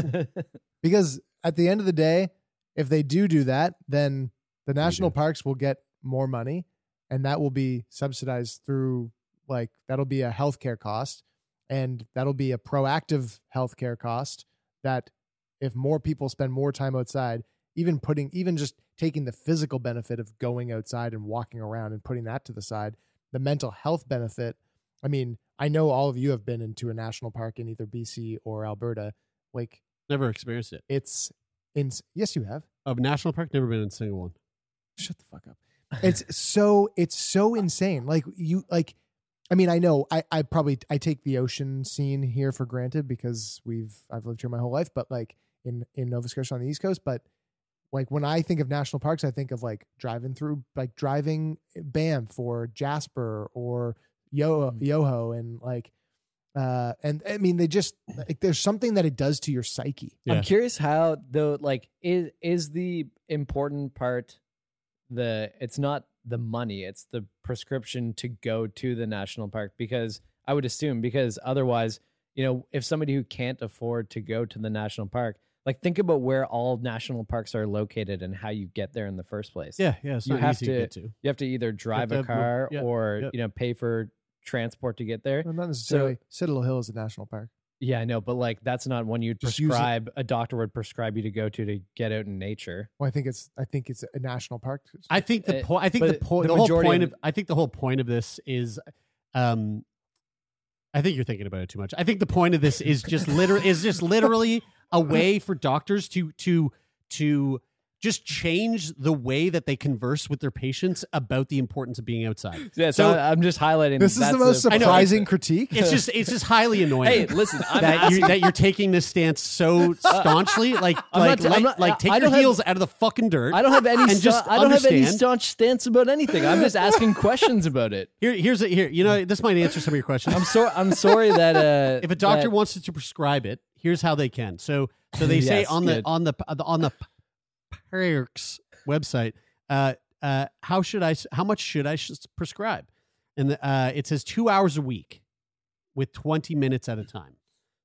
[SPEAKER 3] because at the end of the day, if they do do that, then the national parks will get more money and that will be subsidized through like that'll be a healthcare cost and that'll be a proactive healthcare cost that if more people spend more time outside, even putting even just taking the physical benefit of going outside and walking around and putting that to the side, the mental health benefit I mean, I know all of you have been into a national park in either BC or Alberta. Like
[SPEAKER 1] Never experienced it.
[SPEAKER 3] it's in yes, you have.
[SPEAKER 1] Of national park, never been in a single one.
[SPEAKER 3] Shut the fuck up. It's so it's so insane. Like you like I mean, I know I, I probably I take the ocean scene here for granted because we've I've lived here my whole life, but like in in Nova Scotia on the East Coast, but like when I think of national parks, I think of like driving through like driving Banff or Jasper or Yo Yoho and like uh and I mean they just like there's something that it does to your psyche.
[SPEAKER 1] Yeah.
[SPEAKER 2] I'm curious how though like is is the important part the it's not the money, it's the prescription to go to the national park because I would assume because otherwise, you know, if somebody who can't afford to go to the national park, like think about where all national parks are located and how you get there in the first place.
[SPEAKER 1] Yeah, yeah. It's
[SPEAKER 2] You
[SPEAKER 1] not
[SPEAKER 2] have
[SPEAKER 1] easy to,
[SPEAKER 2] to-
[SPEAKER 1] get to.
[SPEAKER 2] You have to either drive
[SPEAKER 1] to
[SPEAKER 2] a
[SPEAKER 1] have mo-
[SPEAKER 2] car
[SPEAKER 1] yeah,
[SPEAKER 2] or
[SPEAKER 1] yeah.
[SPEAKER 2] you know pay for transport to get there.
[SPEAKER 3] Well, not necessarily Citadel Hill is a national park.
[SPEAKER 2] Yeah, I know, but like that's not one you'd
[SPEAKER 3] Just use it.
[SPEAKER 2] prescribe a doctor would prescribe you to go to to get out in nature.
[SPEAKER 3] Well, I think it's I think it's a national park.
[SPEAKER 1] I think the
[SPEAKER 2] Uh,
[SPEAKER 1] po- I think the
[SPEAKER 2] but
[SPEAKER 1] po-
[SPEAKER 2] the
[SPEAKER 1] the whole
[SPEAKER 2] majority
[SPEAKER 1] point
[SPEAKER 2] of-
[SPEAKER 1] of I think the whole point of this is um I think you're thinking about it too much. I think the point of this is just literally is just literally a way for doctors to to to just change the way that they converse with their patients about the importance of being outside.
[SPEAKER 2] Yeah, so, I'm just highlighting.
[SPEAKER 3] This is
[SPEAKER 2] that's
[SPEAKER 3] the most
[SPEAKER 2] I know,
[SPEAKER 3] surprising critique.
[SPEAKER 1] It's just it's just highly annoying.
[SPEAKER 2] Hey, listen, I'm
[SPEAKER 1] that you
[SPEAKER 2] asking-
[SPEAKER 1] that you're taking this stance so staunchly, like
[SPEAKER 2] I'm
[SPEAKER 1] like
[SPEAKER 2] not- I'm
[SPEAKER 1] like,
[SPEAKER 2] not-
[SPEAKER 1] like
[SPEAKER 2] I
[SPEAKER 1] take your
[SPEAKER 2] don't have-
[SPEAKER 1] heels out of the fucking dirt.
[SPEAKER 2] I don't have any.
[SPEAKER 1] And
[SPEAKER 2] sta-
[SPEAKER 1] just
[SPEAKER 2] I don't have any
[SPEAKER 1] understand-
[SPEAKER 2] staunch stance about anything. I'm just asking questions about it.
[SPEAKER 1] Here, here's a, here. You know, this might answer some of your questions.
[SPEAKER 2] I'm so I'm sorry that uh,
[SPEAKER 1] if a doctor
[SPEAKER 2] that-
[SPEAKER 1] wants to prescribe it, here's how they can. So, so they say
[SPEAKER 2] Yes,
[SPEAKER 1] on the
[SPEAKER 2] good.
[SPEAKER 1] on the on the perks website, uh, uh, how should I? s- How much should I s- prescribe? And the, uh, it says two hours a week, with 20 minutes at a time.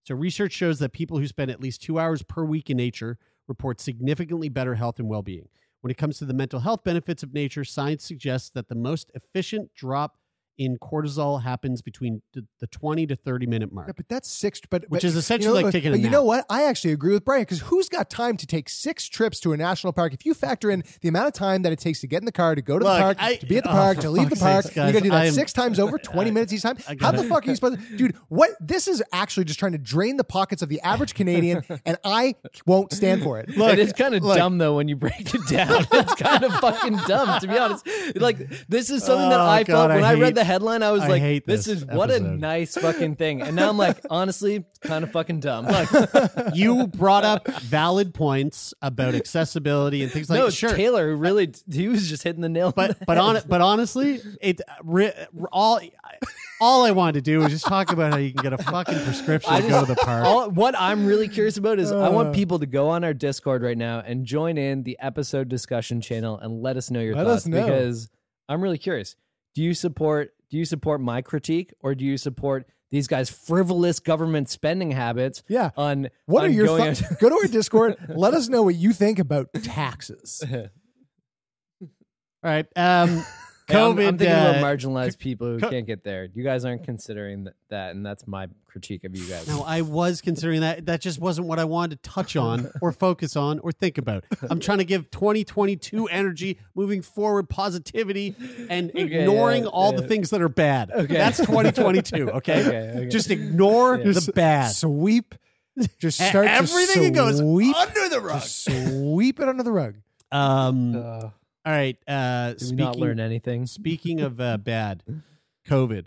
[SPEAKER 1] So research shows that people who spend at least two hours per week in nature report significantly better health and well-being. When it comes to the mental health benefits of nature, science suggests that the most efficient drop in cortisol happens between the the 20 to 30 minute mark.
[SPEAKER 3] Yeah, but that's six. But
[SPEAKER 1] Which
[SPEAKER 3] but,
[SPEAKER 1] is essentially
[SPEAKER 3] you know,
[SPEAKER 1] like taking a
[SPEAKER 3] But you
[SPEAKER 1] nap.
[SPEAKER 3] know what? I actually agree with Brian because who's got time to take six trips to a national park? If you factor in the amount of time that it takes to get in the car, to go to
[SPEAKER 1] Look,
[SPEAKER 3] the park,
[SPEAKER 1] I-
[SPEAKER 3] to be at the
[SPEAKER 1] oh,
[SPEAKER 3] park,
[SPEAKER 1] for
[SPEAKER 3] to leave the
[SPEAKER 1] fuck's
[SPEAKER 3] park,
[SPEAKER 1] sakes,
[SPEAKER 3] you got to
[SPEAKER 1] guys,
[SPEAKER 3] do that
[SPEAKER 1] I am-
[SPEAKER 3] six times over, twenty minutes each time. How the fuck are you supposed to, dude? What this is actually just trying to drain the pockets of the average Canadian, and I won't stand for it.
[SPEAKER 2] it is kind of dumb though when you break it down. it's kind of fucking dumb to be honest. Like this is something that
[SPEAKER 1] Oh,
[SPEAKER 2] I felt
[SPEAKER 1] God, I
[SPEAKER 2] when I
[SPEAKER 1] hate-
[SPEAKER 2] read the headline. I was
[SPEAKER 1] I
[SPEAKER 2] like,
[SPEAKER 1] hate
[SPEAKER 2] this,
[SPEAKER 1] this
[SPEAKER 2] is what a
[SPEAKER 1] episode.
[SPEAKER 2] nice fucking thing. And now I'm like, honestly, kind of fucking dumb. Like,
[SPEAKER 1] you brought up valid points about accessibility and things like
[SPEAKER 2] no,
[SPEAKER 1] that. sure.
[SPEAKER 2] Taylor who really he was just hitting the nail. on
[SPEAKER 1] but
[SPEAKER 2] the
[SPEAKER 1] but
[SPEAKER 2] head.
[SPEAKER 1] on but honestly, it re, all all I wanted to do was just talk about how you can get a fucking prescription
[SPEAKER 2] I
[SPEAKER 1] to go
[SPEAKER 2] just-
[SPEAKER 1] to the park.
[SPEAKER 2] All, what I'm really curious about is I
[SPEAKER 3] Uh.
[SPEAKER 2] want people to go on our Discord right now and join in the episode discussion channel and let us know your
[SPEAKER 3] Let us
[SPEAKER 2] thoughts
[SPEAKER 3] know.
[SPEAKER 2] because I'm really curious. Do you support do you support my critique or do you support these guys' frivolous government spending habits?
[SPEAKER 3] Yeah.
[SPEAKER 2] On
[SPEAKER 3] What are
[SPEAKER 2] on
[SPEAKER 3] your
[SPEAKER 2] going
[SPEAKER 3] thoughts?
[SPEAKER 2] out-
[SPEAKER 3] Go to our Discord. Let us know what you think about taxes.
[SPEAKER 1] All right, um,
[SPEAKER 2] Hey, I'm-
[SPEAKER 1] COVID.
[SPEAKER 2] I'm, thinking about
[SPEAKER 1] uh,
[SPEAKER 2] marginalized people who
[SPEAKER 1] co-
[SPEAKER 2] can't get there. You guys aren't considering th- that, and that's my critique of you guys.
[SPEAKER 1] no, I was considering that. That just wasn't what I wanted to touch on, or focus on, or think about. I'm trying to give 2022 energy, moving forward, positivity, and
[SPEAKER 2] Okay,
[SPEAKER 1] ignoring
[SPEAKER 2] yeah,
[SPEAKER 1] all
[SPEAKER 2] yeah.
[SPEAKER 1] the things that are bad.
[SPEAKER 2] Okay.
[SPEAKER 1] that's 2022. Okay,
[SPEAKER 2] Okay, okay.
[SPEAKER 1] just ignore the bad.
[SPEAKER 3] Sweep. Just
[SPEAKER 1] E-
[SPEAKER 3] start to
[SPEAKER 1] everything that goes
[SPEAKER 3] sweep,
[SPEAKER 1] under the rug.
[SPEAKER 3] Just sweep it under the rug.
[SPEAKER 1] Um,
[SPEAKER 2] Uh,
[SPEAKER 1] all right. Uh,
[SPEAKER 2] did we not
[SPEAKER 1] speaking-
[SPEAKER 2] learn anything?
[SPEAKER 1] Speaking of uh, bad, COVID.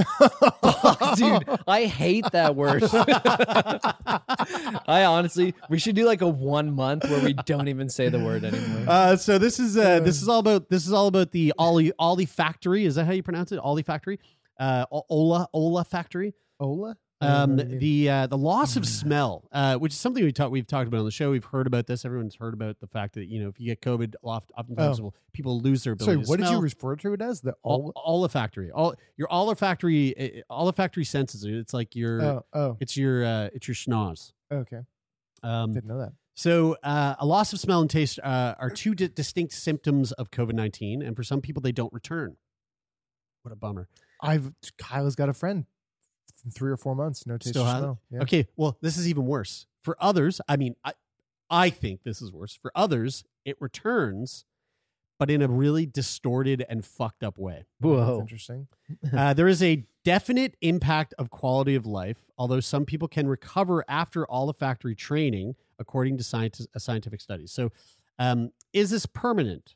[SPEAKER 2] Fuck, dude, I hate that word. I honestly, we should do like a one month where we don't even say the word anymore.
[SPEAKER 1] Uh, so this is uh, this is all about this is all about the Ollie Ollie Factory. Is that how you pronounce it? Ollie Factory, uh, O- Ola Ola Factory.
[SPEAKER 3] Ola.
[SPEAKER 1] Um, the uh, the loss
[SPEAKER 3] Oh,
[SPEAKER 1] of smell, uh, which is something we talked we've talked about on the show. We've heard about this. Everyone's heard about the fact that you know if you get COVID, oft- oftentimes
[SPEAKER 3] Oh.
[SPEAKER 1] will- people lose their
[SPEAKER 3] Sorry,
[SPEAKER 1] ability. to
[SPEAKER 3] what did you
[SPEAKER 1] smell.
[SPEAKER 3] refer to it as? The
[SPEAKER 1] Ol-
[SPEAKER 3] Ola.
[SPEAKER 1] olfactory? All your olfactory uh, olfactory senses. It's like your
[SPEAKER 3] Oh, oh,
[SPEAKER 1] it's your uh, it's your schnoz.
[SPEAKER 3] okay.
[SPEAKER 1] Um,
[SPEAKER 3] Didn't know that.
[SPEAKER 1] So, uh, a loss of smell and taste uh, are two di- distinct symptoms of COVID 19, and for some people, they don't return. What a bummer.
[SPEAKER 3] I've Kyle's got a friend. In three or four months, no taste
[SPEAKER 1] Still
[SPEAKER 3] or
[SPEAKER 1] have it?
[SPEAKER 3] smell. Yeah.
[SPEAKER 1] Okay, well, this is even worse. For others, I mean, I, I think this is worse. For others, it returns, but in a really distorted and fucked up way.
[SPEAKER 3] That's
[SPEAKER 2] Whoa.
[SPEAKER 3] interesting.
[SPEAKER 1] Uh, there is a definite impact of quality of life, although some people can recover after olfactory training, according to scientist, uh, scientific studies. So, um, is this permanent?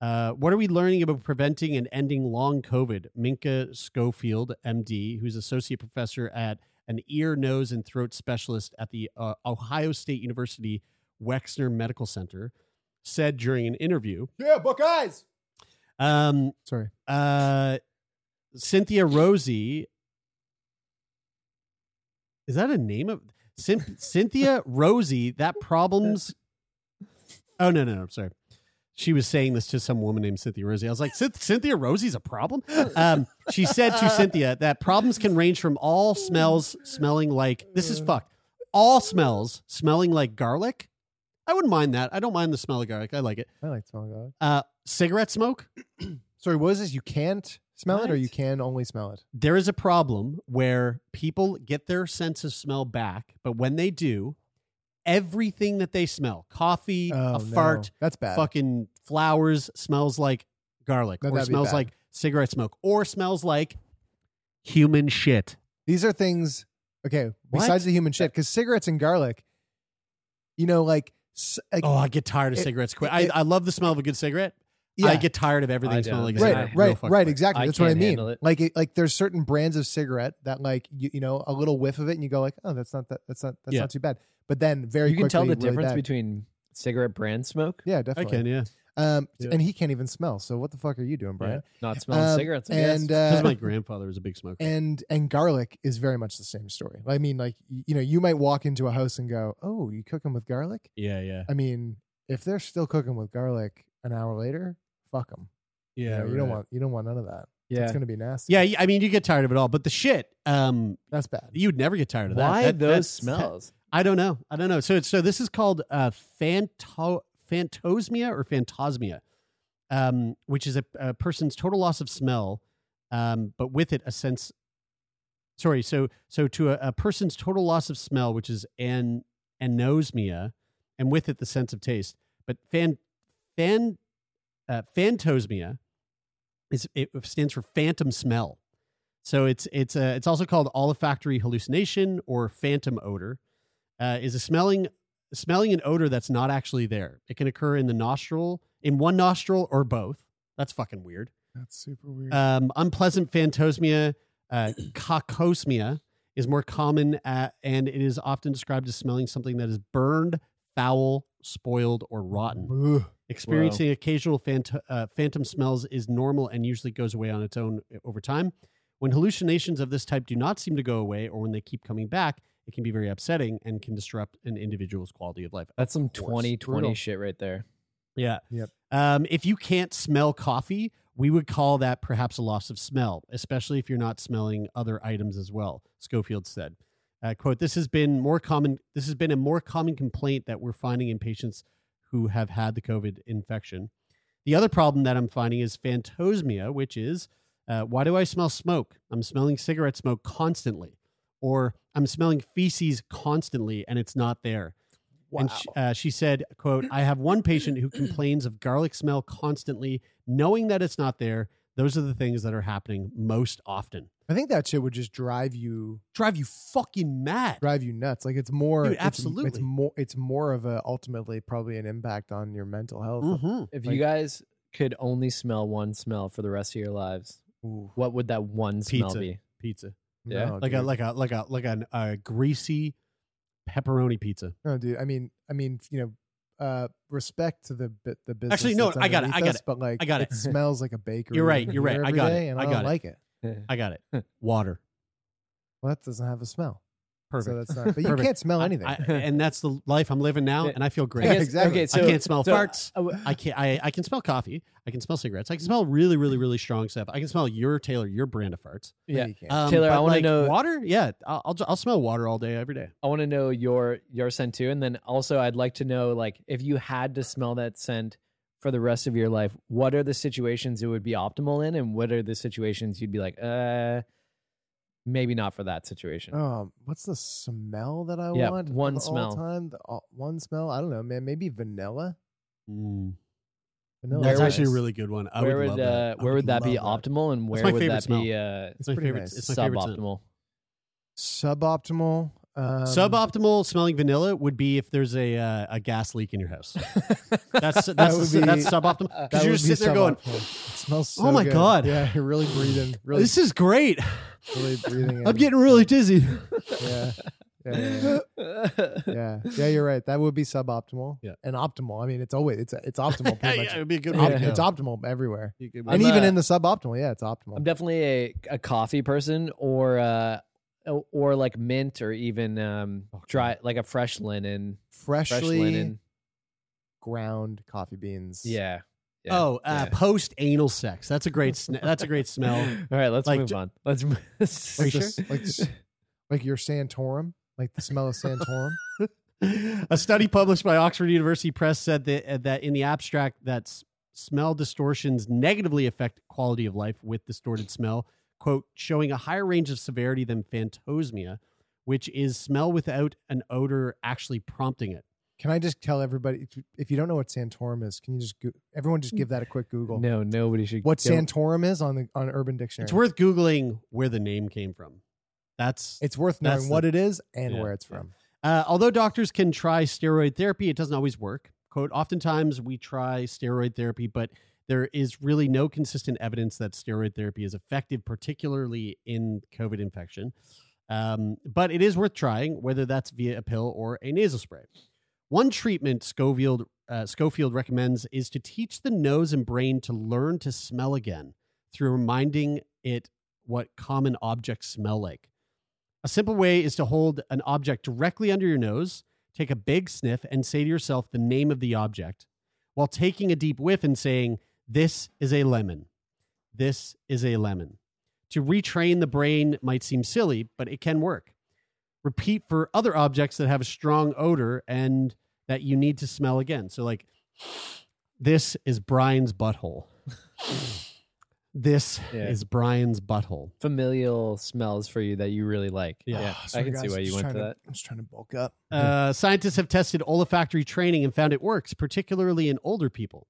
[SPEAKER 1] Uh, what are we learning about preventing and ending long COVID? Minka Schofield, MD, who's associate professor at an ear, nose, and throat specialist at the uh, Ohio State University Wexner Medical Center, said during an interview.
[SPEAKER 3] Yeah, Buckeyes.
[SPEAKER 1] Um,
[SPEAKER 3] Sorry.
[SPEAKER 1] uh, Cynthia Rosie. Is that a name of Cyn- Cynthia Rosie? That problems. Oh no no no! I'm sorry. She was saying this to some woman named Cynthia Rosie. I was like, "Cyn- Cynthia Rosie's a problem. Um, she said to Cynthia that problems can range from all smells smelling like this is fucked. All smells smelling like garlic. I wouldn't mind that. I don't mind the smell of garlic. I like it.
[SPEAKER 3] I like smelling garlic.
[SPEAKER 1] Uh, cigarette smoke.
[SPEAKER 3] Sorry, what is this? You can't smell it, or you can only smell it.
[SPEAKER 1] there is a problem where people get their sense of smell back, but when they do, everything that they smell, coffee,
[SPEAKER 3] Oh, no.
[SPEAKER 1] a fart,
[SPEAKER 3] That's bad.
[SPEAKER 1] fucking flowers, smells like garlic,
[SPEAKER 3] No,
[SPEAKER 1] or
[SPEAKER 3] that'd be
[SPEAKER 1] smells
[SPEAKER 3] bad.
[SPEAKER 1] like cigarette smoke, or smells like human shit.
[SPEAKER 3] These are things, okay,
[SPEAKER 1] What?
[SPEAKER 3] besides the human shit, because cigarettes and garlic, you know, like. s- like
[SPEAKER 1] oh, I get tired of
[SPEAKER 3] it-
[SPEAKER 1] cigarettes quick.
[SPEAKER 3] it-
[SPEAKER 1] I, I love the smell of a good cigarette. I
[SPEAKER 3] Yeah.
[SPEAKER 1] get tired of everything
[SPEAKER 2] I
[SPEAKER 1] smelling like
[SPEAKER 2] don't.
[SPEAKER 1] cigarette.
[SPEAKER 3] right
[SPEAKER 1] real
[SPEAKER 3] right
[SPEAKER 1] fucking
[SPEAKER 3] right
[SPEAKER 1] quick.
[SPEAKER 3] exactly
[SPEAKER 2] I
[SPEAKER 3] that's what i
[SPEAKER 2] can't
[SPEAKER 3] mean
[SPEAKER 2] handle it.
[SPEAKER 3] like it, like there's certain brands of cigarette that like you, you know a little whiff of it and you go like oh that's not that that's not that's
[SPEAKER 1] Yeah.
[SPEAKER 3] not too bad but then very
[SPEAKER 2] you can tell the
[SPEAKER 3] quickly, really
[SPEAKER 2] difference
[SPEAKER 3] bad.
[SPEAKER 2] between e- cigarette brand smoke.
[SPEAKER 3] yeah
[SPEAKER 1] I
[SPEAKER 3] definitely
[SPEAKER 1] can, yeah.
[SPEAKER 3] um
[SPEAKER 1] Yeah.
[SPEAKER 3] and he can't even smell so what the fuck are you doing brian
[SPEAKER 2] Not smelling
[SPEAKER 3] Um,
[SPEAKER 2] cigarettes. I guess.
[SPEAKER 3] and
[SPEAKER 1] Because
[SPEAKER 3] uh
[SPEAKER 1] my grandfather was a big smoker.
[SPEAKER 3] and and garlic is very much the same story i mean like y- you know you might walk into a house and go oh you cooking with garlic
[SPEAKER 1] yeah, yeah,
[SPEAKER 3] i mean if they're still cooking with garlic an hour later fuck them
[SPEAKER 1] yeah.
[SPEAKER 3] you, know, you don't
[SPEAKER 1] right.
[SPEAKER 3] want you don't want none of that
[SPEAKER 2] yeah.
[SPEAKER 3] it's gonna be nasty
[SPEAKER 1] Yeah, I mean, you get tired of it all, but the shit, um,
[SPEAKER 3] that's bad
[SPEAKER 1] you'd never get tired of that.
[SPEAKER 2] Why
[SPEAKER 1] That-
[SPEAKER 2] those
[SPEAKER 1] that's-
[SPEAKER 2] smells?
[SPEAKER 1] I don't know. I don't know. So, it's- so this is called uh, phanto- phantosmia or phantasmia, um, which is a, a person's total loss of smell, um, but with it a sense. Sorry. So, so to a, a person's total loss of smell, which is an anosmia, and with it the sense of taste. But fan, fan, uh, phantosmia is it stands for phantom smell. So it's it's uh, it's also called olfactory hallucination or phantom odor. Uh, is a smelling smelling an odor that's not actually there. It can occur in the nostril, in one nostril or both. That's fucking weird.
[SPEAKER 3] that's super weird
[SPEAKER 1] Um, unpleasant phantosmia, uh, cacosmia is more common, uh and it is often described as smelling something that is burned, foul, spoiled, or rotten.
[SPEAKER 3] Ugh.
[SPEAKER 1] Experiencing occasional phant- uh, phantom smells is normal and usually goes away on its own uh, over time. When hallucinations of this type do not seem to go away or when they keep coming back, it can be very upsetting and can disrupt an individual's quality of life.
[SPEAKER 2] That's some
[SPEAKER 1] course.
[SPEAKER 2] 2020
[SPEAKER 1] Brutal.
[SPEAKER 2] shit right there.
[SPEAKER 1] Yeah.
[SPEAKER 3] Yep.
[SPEAKER 1] Um, if you can't smell coffee, we would call that perhaps a loss of smell, especially if you're not smelling other items as well. Schofield said, uh, "quote This has been more common. This has been a more common complaint that we're finding in patients who have had the COVID infection. The other problem that I'm finding is phantosmia, which is uh, why do I smell smoke? I'm smelling cigarette smoke constantly, or I'm smelling feces constantly, and it's not there." And she, uh, she said, "quote I have one patient who complains of garlic smell constantly, knowing that it's not there. Those are the things that are happening most often.
[SPEAKER 3] I think that shit would just drive you
[SPEAKER 1] Drive you fucking mad.
[SPEAKER 3] drive you nuts. Like it's more
[SPEAKER 1] Dude,
[SPEAKER 3] it's-
[SPEAKER 1] absolutely.
[SPEAKER 3] It's, more it's more of a ultimately probably an impact on your mental health.
[SPEAKER 1] Mhm.
[SPEAKER 2] If
[SPEAKER 3] Like-
[SPEAKER 2] you guys could only smell one smell for the rest of your lives, what would that one smell
[SPEAKER 1] Pizza.
[SPEAKER 2] be?
[SPEAKER 1] Pizza,
[SPEAKER 2] Yeah.
[SPEAKER 3] No,
[SPEAKER 1] like a
[SPEAKER 3] dude.
[SPEAKER 1] like a like a like an- a greasy pepperoni pizza.
[SPEAKER 3] no, dude. I mean, I mean, you know, uh, respect to the bu- the business.
[SPEAKER 1] Actually, no,
[SPEAKER 3] that's
[SPEAKER 1] I got it, I
[SPEAKER 3] underneath
[SPEAKER 1] got
[SPEAKER 3] us,
[SPEAKER 1] it,
[SPEAKER 3] But like,
[SPEAKER 1] I got it.
[SPEAKER 3] smells like a bakery.
[SPEAKER 1] You're right,
[SPEAKER 3] in
[SPEAKER 1] you're right,
[SPEAKER 3] here
[SPEAKER 1] I
[SPEAKER 3] every
[SPEAKER 1] got it,
[SPEAKER 3] day, and
[SPEAKER 1] I
[SPEAKER 3] I,
[SPEAKER 1] got
[SPEAKER 3] don't
[SPEAKER 1] it.
[SPEAKER 3] like it.
[SPEAKER 1] I got it. Water,
[SPEAKER 3] Well, that doesn't have a smell.
[SPEAKER 1] perfect.
[SPEAKER 3] So that's not. But you
[SPEAKER 1] Perfect.
[SPEAKER 3] can't smell
[SPEAKER 1] I-
[SPEAKER 3] anything.
[SPEAKER 1] I- and that's the life I'm living now, and I feel great.
[SPEAKER 3] Yeah,
[SPEAKER 2] I guess-
[SPEAKER 3] exactly.
[SPEAKER 2] Okay, so,
[SPEAKER 1] I can't smell
[SPEAKER 2] so,
[SPEAKER 1] farts.
[SPEAKER 2] uh, w-
[SPEAKER 1] I can't. I, I can smell coffee. I can smell cigarettes. I can smell really, really, really strong stuff. I can smell your Taylor, your brand of farts.
[SPEAKER 3] No,
[SPEAKER 2] yeah.
[SPEAKER 3] you can't.
[SPEAKER 1] Um,
[SPEAKER 2] Taylor, I
[SPEAKER 1] but,
[SPEAKER 2] wanna
[SPEAKER 1] like,
[SPEAKER 2] know-
[SPEAKER 1] water. Yeah, I'll, I'll ju- I'll smell water all day, every day.
[SPEAKER 2] I want to know your your scent too, and then also I'd like to know like if you had to smell that scent for the rest of your life, what are the situations it would be optimal in, and what are the situations you'd be like, uh, maybe not for that situation.
[SPEAKER 1] Oh,
[SPEAKER 3] Um, what's the smell that I
[SPEAKER 2] Yeah,
[SPEAKER 3] want?
[SPEAKER 2] one
[SPEAKER 3] of
[SPEAKER 2] smell.
[SPEAKER 3] All time, the, all, one smell. I don't know, man. Maybe vanilla.
[SPEAKER 1] Mm.
[SPEAKER 3] Vanilla.
[SPEAKER 1] That's
[SPEAKER 3] is
[SPEAKER 2] would-
[SPEAKER 1] actually a
[SPEAKER 3] nice.
[SPEAKER 1] really good one. I
[SPEAKER 2] where
[SPEAKER 1] would,
[SPEAKER 2] would,
[SPEAKER 1] love
[SPEAKER 2] uh,
[SPEAKER 1] that. I
[SPEAKER 2] where would that be
[SPEAKER 1] love
[SPEAKER 2] optimal, and
[SPEAKER 1] That's
[SPEAKER 2] where
[SPEAKER 1] my
[SPEAKER 2] would
[SPEAKER 1] favorite
[SPEAKER 2] that be uh,
[SPEAKER 1] It's
[SPEAKER 3] It's
[SPEAKER 1] my
[SPEAKER 3] pretty
[SPEAKER 1] favorite.
[SPEAKER 3] nice.
[SPEAKER 1] It's my favorite. scent.
[SPEAKER 2] suboptimal?
[SPEAKER 3] suboptimal. Um,
[SPEAKER 1] Suboptimal smelling vanilla would be if there's a uh, a gas leak in your house. That's that's
[SPEAKER 3] would
[SPEAKER 1] the-
[SPEAKER 3] be-
[SPEAKER 1] that's suboptimal
[SPEAKER 3] uh, that
[SPEAKER 1] because you're
[SPEAKER 3] would
[SPEAKER 1] just
[SPEAKER 3] be
[SPEAKER 1] sitting there going,
[SPEAKER 3] suboptimal. It smells.
[SPEAKER 1] Oh
[SPEAKER 3] so
[SPEAKER 1] my
[SPEAKER 3] good.
[SPEAKER 1] God.
[SPEAKER 3] Yeah, you're really breathing. Really,
[SPEAKER 1] "This is great.
[SPEAKER 3] really breathing. in.
[SPEAKER 1] I'm getting really dizzy."
[SPEAKER 3] Yeah. Yeah, yeah, yeah, Yeah, yeah, You're right. That would be suboptimal.
[SPEAKER 1] Yeah.
[SPEAKER 3] and optimal. I mean, it's always it's it's optimal.
[SPEAKER 1] yeah,
[SPEAKER 3] Pretty much.
[SPEAKER 1] it would be a good
[SPEAKER 3] It's
[SPEAKER 1] one.
[SPEAKER 3] op- It's optimal everywhere,
[SPEAKER 2] I'm,
[SPEAKER 3] and even
[SPEAKER 2] uh,
[SPEAKER 3] in the suboptimal, yeah, it's optimal.
[SPEAKER 2] I'm definitely a, a coffee person or uh o- or like mint or even um dry like a fresh linen.
[SPEAKER 3] Freshly
[SPEAKER 2] Fresh linen.
[SPEAKER 3] ground coffee beans.
[SPEAKER 2] Yeah. yeah,
[SPEAKER 1] Oh, uh,
[SPEAKER 2] yeah.
[SPEAKER 1] post anal sex. That's a great. Sn- that's a great smell.
[SPEAKER 2] All right, let's
[SPEAKER 1] Like,
[SPEAKER 2] move
[SPEAKER 1] ju-
[SPEAKER 2] on. Let's move.
[SPEAKER 3] like this, like s- like your Santorum, like the smell of Santorum.
[SPEAKER 1] a study published by Oxford University Press said that uh, that in the abstract that s- smell distortions negatively affect quality of life with distorted smell, quote, showing a higher range of severity than phantosmia, which is smell without an odor actually prompting it.
[SPEAKER 3] Can I just tell everybody if- if you don't know what Santorum is, can you just go- everyone just give that a quick Google?
[SPEAKER 2] No, nobody should.
[SPEAKER 3] What
[SPEAKER 2] don't-
[SPEAKER 3] Santorum is on the on Urban Dictionary?
[SPEAKER 1] It's worth googling where the name came from. That's
[SPEAKER 3] It's worth
[SPEAKER 1] That's
[SPEAKER 3] knowing
[SPEAKER 1] the-
[SPEAKER 3] what it is and
[SPEAKER 1] yeah.
[SPEAKER 3] where it's from.
[SPEAKER 1] Uh, although doctors can try steroid therapy, it doesn't always work. Quote, oftentimes we try steroid therapy, but there is really no consistent evidence that steroid therapy is effective, particularly in COVID infection. Um, but it is worth trying, whether that's via a pill or a nasal spray. One treatment Schofield, uh, Schofield recommends is to teach the nose and brain to learn to smell again through reminding it what common objects smell like. A simple way is to hold an object directly under your nose, take a big sniff, and say to yourself the name of the object while taking a deep whiff and saying, This is a lemon. This is a lemon. To retrain the brain might seem silly, but it can work. Repeat for other objects that have a strong odor and that you need to smell again. So, like, this is Brian's butthole. this
[SPEAKER 2] Yeah.
[SPEAKER 1] is Brian's butthole.
[SPEAKER 2] Familial smells for you that you really like.
[SPEAKER 3] Oh,
[SPEAKER 1] Yeah. Oh,
[SPEAKER 2] I
[SPEAKER 3] Sorry,
[SPEAKER 2] can see
[SPEAKER 3] guys,
[SPEAKER 2] why
[SPEAKER 3] I'm
[SPEAKER 2] you
[SPEAKER 3] just
[SPEAKER 2] went to
[SPEAKER 3] trying
[SPEAKER 2] that.
[SPEAKER 3] I'm just trying to bulk up.
[SPEAKER 1] Uh, scientists have tested olfactory training and found it works, particularly in older people.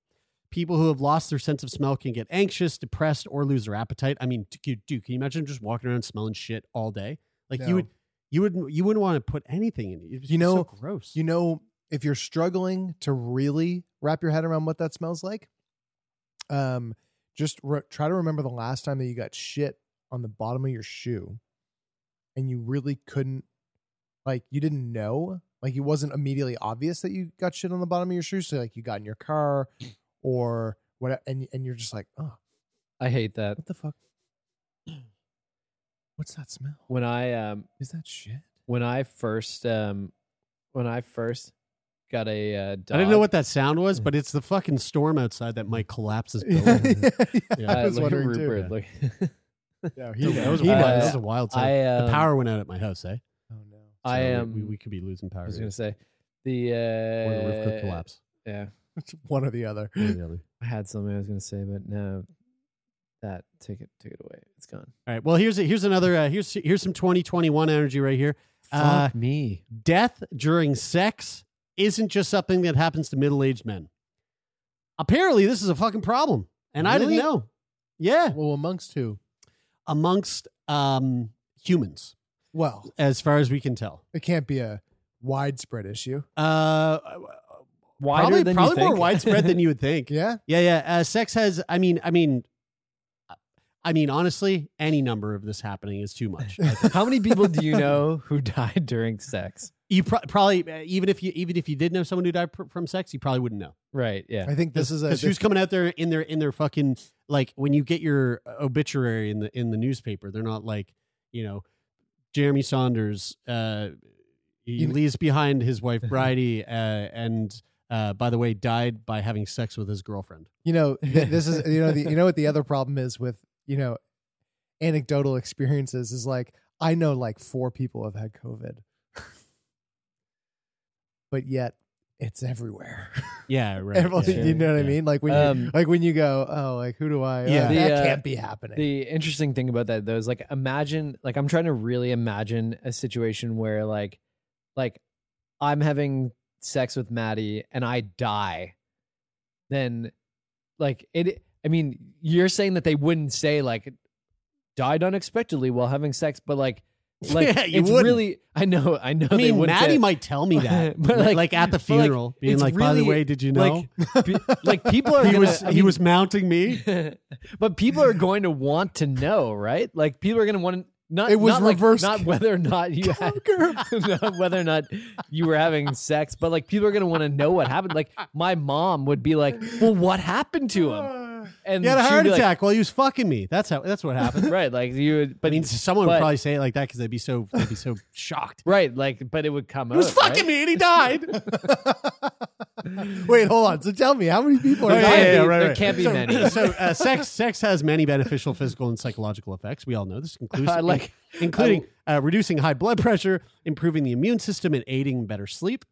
[SPEAKER 1] People who have lost their sense of smell can get anxious, depressed, or lose their appetite. I mean, dude, dude can you imagine just walking around smelling shit all day? Like you
[SPEAKER 3] No.
[SPEAKER 1] would, you wouldn't, you wouldn't want to put anything in it. It'd just
[SPEAKER 3] You
[SPEAKER 1] be so
[SPEAKER 3] know-
[SPEAKER 1] gross.
[SPEAKER 3] You know, if you're struggling to really wrap your head around what that smells like, um, just re- try to remember the last time that you got shit on the bottom of your shoe, and you really couldn't, like, you didn't know, like, it wasn't immediately obvious that you got shit on the bottom of your shoe. So, like, you got in your car, or what, and and you're just like, oh,
[SPEAKER 2] I hate that.
[SPEAKER 3] what the fuck? What's that smell?
[SPEAKER 2] When I um
[SPEAKER 3] Is that shit?
[SPEAKER 2] when I first um when I first got a uh, dog,
[SPEAKER 1] I didn't know what that sound was, but it's the fucking storm outside that might collapse his
[SPEAKER 3] yeah,
[SPEAKER 1] building. Yeah,
[SPEAKER 3] I
[SPEAKER 2] uh,
[SPEAKER 3] was
[SPEAKER 2] look,
[SPEAKER 3] wondering
[SPEAKER 2] Rupert,
[SPEAKER 3] too.
[SPEAKER 2] look.
[SPEAKER 3] Yeah,
[SPEAKER 1] Dude, that, was
[SPEAKER 2] he
[SPEAKER 1] wild.
[SPEAKER 2] knows.
[SPEAKER 1] that was a wild time.
[SPEAKER 2] I um,
[SPEAKER 1] the power went out at my house, eh?
[SPEAKER 3] Oh no.
[SPEAKER 2] I
[SPEAKER 1] So we-
[SPEAKER 2] am.
[SPEAKER 1] We, we could be losing power.
[SPEAKER 2] I was
[SPEAKER 1] here.
[SPEAKER 2] gonna say the uh,
[SPEAKER 1] Or the roof could collapse.
[SPEAKER 2] Yeah,
[SPEAKER 3] It's one or the other.
[SPEAKER 1] One or the other.
[SPEAKER 2] I had something I was gonna say, but no, that took it took it away. It's gone.
[SPEAKER 1] All right. Well, here's here's another uh, here's here's some 2021 energy right here. Uh,
[SPEAKER 2] Fuck me.
[SPEAKER 1] death during sex isn't just something that happens to middle-aged men. Apparently, this is a fucking problem, and I didn't
[SPEAKER 3] Really?
[SPEAKER 1] know. Yeah,
[SPEAKER 3] Well, amongst who?
[SPEAKER 1] amongst um, humans,
[SPEAKER 3] Well,
[SPEAKER 1] as far as we can tell.
[SPEAKER 3] it can't be a widespread issue.
[SPEAKER 1] Uh,
[SPEAKER 2] Wider
[SPEAKER 1] probably
[SPEAKER 2] than you
[SPEAKER 1] probably more
[SPEAKER 2] think.
[SPEAKER 1] widespread than you would think.
[SPEAKER 3] Yeah.
[SPEAKER 1] Yeah, yeah. Uh, sex has. I mean, I mean, I mean. Honestly, any number of this happening is too much.
[SPEAKER 2] How many people do you know who died during sex?
[SPEAKER 1] you pro- probably uh, even if you even if you did know someone who died pr- from sex, you probably wouldn't know.
[SPEAKER 2] Right. Yeah.
[SPEAKER 3] I think this is a.
[SPEAKER 1] Because who's coming out there in their in their fucking like when you get your obituary in the in the newspaper, they're not like you know Jeremy Saunders. Uh, he
[SPEAKER 3] You-
[SPEAKER 1] leaves behind his wife Bridie, uh, and uh, by the way, died by having sex with his girlfriend.
[SPEAKER 3] you know th- this is you know the, you know what the other problem is with you know anecdotal experiences is like I know like four people have had COVID, but yet it's everywhere.
[SPEAKER 1] Yeah, right.
[SPEAKER 3] Everyone-
[SPEAKER 1] yeah,
[SPEAKER 3] you know what I
[SPEAKER 1] yeah.
[SPEAKER 3] mean? Like when you
[SPEAKER 2] Um,
[SPEAKER 3] like when you go, oh, like who do I?
[SPEAKER 1] Yeah.
[SPEAKER 3] uh,
[SPEAKER 2] The,
[SPEAKER 3] that
[SPEAKER 2] uh,
[SPEAKER 3] can't be happening.
[SPEAKER 2] The interesting thing about that though is like imagine like I'm trying to really imagine a situation where like like I'm having sex with Maddie and I die. Then like it I mean, you're saying that they wouldn't say like died unexpectedly while having sex, but like like
[SPEAKER 1] Yeah, you
[SPEAKER 2] it's
[SPEAKER 1] wouldn't.
[SPEAKER 2] really I know I know they
[SPEAKER 1] I mean,
[SPEAKER 2] wouldn't say
[SPEAKER 1] Maddie
[SPEAKER 2] it.
[SPEAKER 1] might tell me that,
[SPEAKER 2] But,
[SPEAKER 1] like,
[SPEAKER 2] like-
[SPEAKER 1] at the
[SPEAKER 2] but, like,
[SPEAKER 1] funeral, being
[SPEAKER 2] it's
[SPEAKER 1] like, "By the
[SPEAKER 2] really-
[SPEAKER 1] way, did you know?"
[SPEAKER 2] like pe- like people are
[SPEAKER 1] he
[SPEAKER 2] gonna,
[SPEAKER 1] was
[SPEAKER 2] I
[SPEAKER 1] he
[SPEAKER 2] mean,
[SPEAKER 1] was mounting me.
[SPEAKER 2] but people are going to want to know, right? Like people are going to want to not.
[SPEAKER 3] It was
[SPEAKER 2] not like-
[SPEAKER 3] reverse
[SPEAKER 2] not whether or not you had, not whether or not you were having sex, but like people are going to want to know what happened. Like my mom would be like, "Well, what happened to him?" And
[SPEAKER 1] He had a
[SPEAKER 2] she'd
[SPEAKER 1] heart
[SPEAKER 2] be like-
[SPEAKER 1] attack while he was fucking me. That's how. That's what happened.
[SPEAKER 2] right? Like you would,
[SPEAKER 1] I
[SPEAKER 2] but
[SPEAKER 1] mean, someone would
[SPEAKER 2] but-
[SPEAKER 1] probably say it like that because they'd be so they'd be so shocked.
[SPEAKER 2] right, like but it would come.
[SPEAKER 1] He was
[SPEAKER 2] out, right?
[SPEAKER 1] fucking me and he died.
[SPEAKER 3] Wait, hold on. So tell me, how many people are
[SPEAKER 1] Oh,
[SPEAKER 2] There
[SPEAKER 1] yeah,
[SPEAKER 2] can't
[SPEAKER 1] yeah,
[SPEAKER 2] be-
[SPEAKER 1] yeah, right,
[SPEAKER 2] there
[SPEAKER 1] right.
[SPEAKER 2] can't be many.
[SPEAKER 1] so uh, sex sex has many beneficial physical and psychological effects. We all know this, includes,
[SPEAKER 2] I like-
[SPEAKER 1] including uh, reducing high blood pressure, improving the immune system, and aiding better sleep.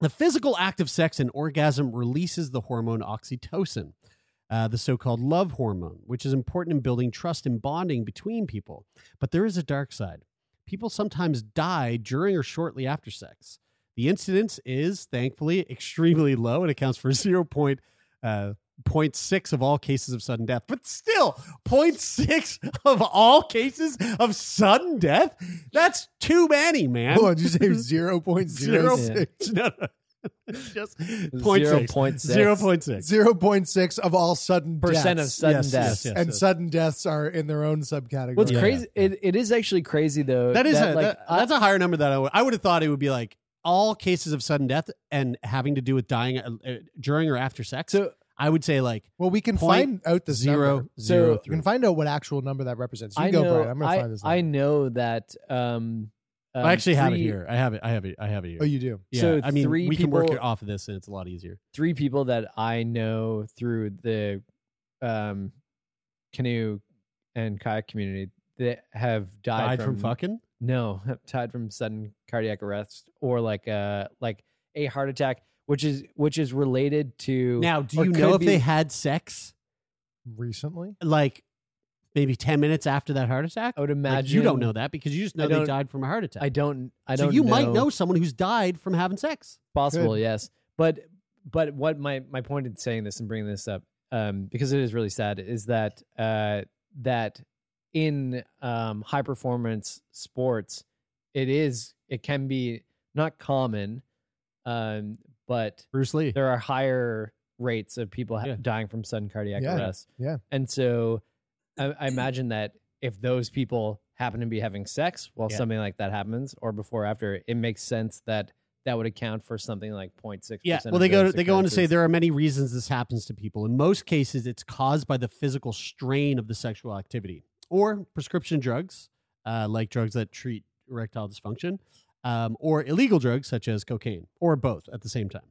[SPEAKER 1] The physical act of sex and orgasm releases the hormone oxytocin, uh, the so-called love hormone, which is important in building trust and bonding between people. But there is a dark side. People sometimes die during or shortly after sex. The incidence is thankfully extremely low and accounts for zero point uh, 0.6 of all cases of sudden death. But still, 0.6 of all cases of sudden death? That's too many, man.
[SPEAKER 3] Hold on, did you say 0.06?
[SPEAKER 1] No, no. Just 0.6.
[SPEAKER 2] 0.6.
[SPEAKER 1] 0.6.
[SPEAKER 3] 0.6 of all sudden
[SPEAKER 2] Percent
[SPEAKER 3] deaths.
[SPEAKER 2] of sudden
[SPEAKER 1] Yes,
[SPEAKER 2] deaths.
[SPEAKER 1] yes,
[SPEAKER 3] and
[SPEAKER 1] yes.
[SPEAKER 3] sudden deaths are in their own subcategory.
[SPEAKER 2] What's
[SPEAKER 1] Yeah.
[SPEAKER 2] crazy? It, it is actually crazy though.
[SPEAKER 1] That is a,
[SPEAKER 2] like,
[SPEAKER 1] that-
[SPEAKER 2] I-
[SPEAKER 1] that's a higher number that I would I would have thought it would be like all cases of sudden death and having to do with dying uh, uh, during or after sex.
[SPEAKER 2] So-
[SPEAKER 1] I would say like
[SPEAKER 3] Well, we can find
[SPEAKER 1] Point
[SPEAKER 3] out the
[SPEAKER 1] zero
[SPEAKER 2] So-
[SPEAKER 1] zero
[SPEAKER 3] You
[SPEAKER 1] three.
[SPEAKER 3] can find out what actual number that represents. You
[SPEAKER 2] I
[SPEAKER 3] go,
[SPEAKER 2] know.
[SPEAKER 3] Brian. I'm gonna
[SPEAKER 2] I-
[SPEAKER 3] find this.
[SPEAKER 2] I
[SPEAKER 3] number.
[SPEAKER 2] know that. Um, um,
[SPEAKER 1] I actually have it
[SPEAKER 2] three-
[SPEAKER 1] here. I have it. I have it. I have it here.
[SPEAKER 3] Oh, you do.
[SPEAKER 1] yeah,
[SPEAKER 2] so
[SPEAKER 1] I mean,
[SPEAKER 2] three
[SPEAKER 1] we can work
[SPEAKER 2] people-
[SPEAKER 1] it off of this, and it's a lot easier.
[SPEAKER 2] Three people that I know through the um, canoe and kayak community that have died,
[SPEAKER 1] Died from, fucking.
[SPEAKER 2] No, died from sudden cardiac arrest or like uh like a heart attack, which is which is related to
[SPEAKER 1] Now, do
[SPEAKER 2] or
[SPEAKER 1] you know
[SPEAKER 2] could
[SPEAKER 1] if they
[SPEAKER 2] be-
[SPEAKER 1] had sex
[SPEAKER 3] Recently,
[SPEAKER 1] like maybe ten minutes after that heart attack?
[SPEAKER 2] I would
[SPEAKER 1] Like,
[SPEAKER 2] imagine
[SPEAKER 1] you don't know that because you just know
[SPEAKER 2] I
[SPEAKER 1] they
[SPEAKER 2] don't-
[SPEAKER 1] died from a heart attack.
[SPEAKER 2] I don't. I
[SPEAKER 1] so
[SPEAKER 2] don't.
[SPEAKER 1] you might know someone who's died from having sex.
[SPEAKER 2] possible
[SPEAKER 3] Good.
[SPEAKER 2] yes but but what my my point in saying this and bringing this up um because it is really sad is that uh that in um high performance sports it is it can be not common um but
[SPEAKER 1] Bruce Lee.
[SPEAKER 2] there are higher rates of people ha-
[SPEAKER 1] Yeah.
[SPEAKER 2] dying from sudden cardiac
[SPEAKER 3] Yeah.
[SPEAKER 2] arrest
[SPEAKER 3] Yeah.
[SPEAKER 2] and so I, I imagine that if those people happen to be having sex while
[SPEAKER 1] Yeah.
[SPEAKER 2] something like that happens or before or after, it makes sense that that would account for something like 0.6%.
[SPEAKER 1] Yeah,
[SPEAKER 2] of
[SPEAKER 1] well, they go
[SPEAKER 2] those
[SPEAKER 1] they go on to say
[SPEAKER 2] occurrences.
[SPEAKER 1] there are many reasons this happens to people. In most cases, it's caused by the physical strain of the sexual activity or prescription drugs, uh, like drugs that treat erectile dysfunction, um, or illegal drugs such as cocaine, or both at the same time.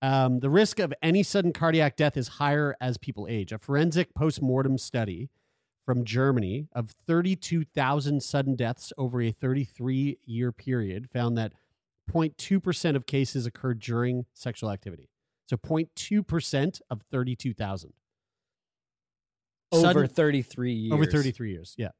[SPEAKER 1] Um, the risk of any sudden cardiac death is higher as people age. A forensic postmortem study from Germany of 32,000 sudden deaths over a 33 year period found that 0.2% of cases occurred during sexual activity. So 0.2% of 32,000.
[SPEAKER 2] over
[SPEAKER 1] Sudden-
[SPEAKER 2] 33 years.
[SPEAKER 1] over 33 years, yeah.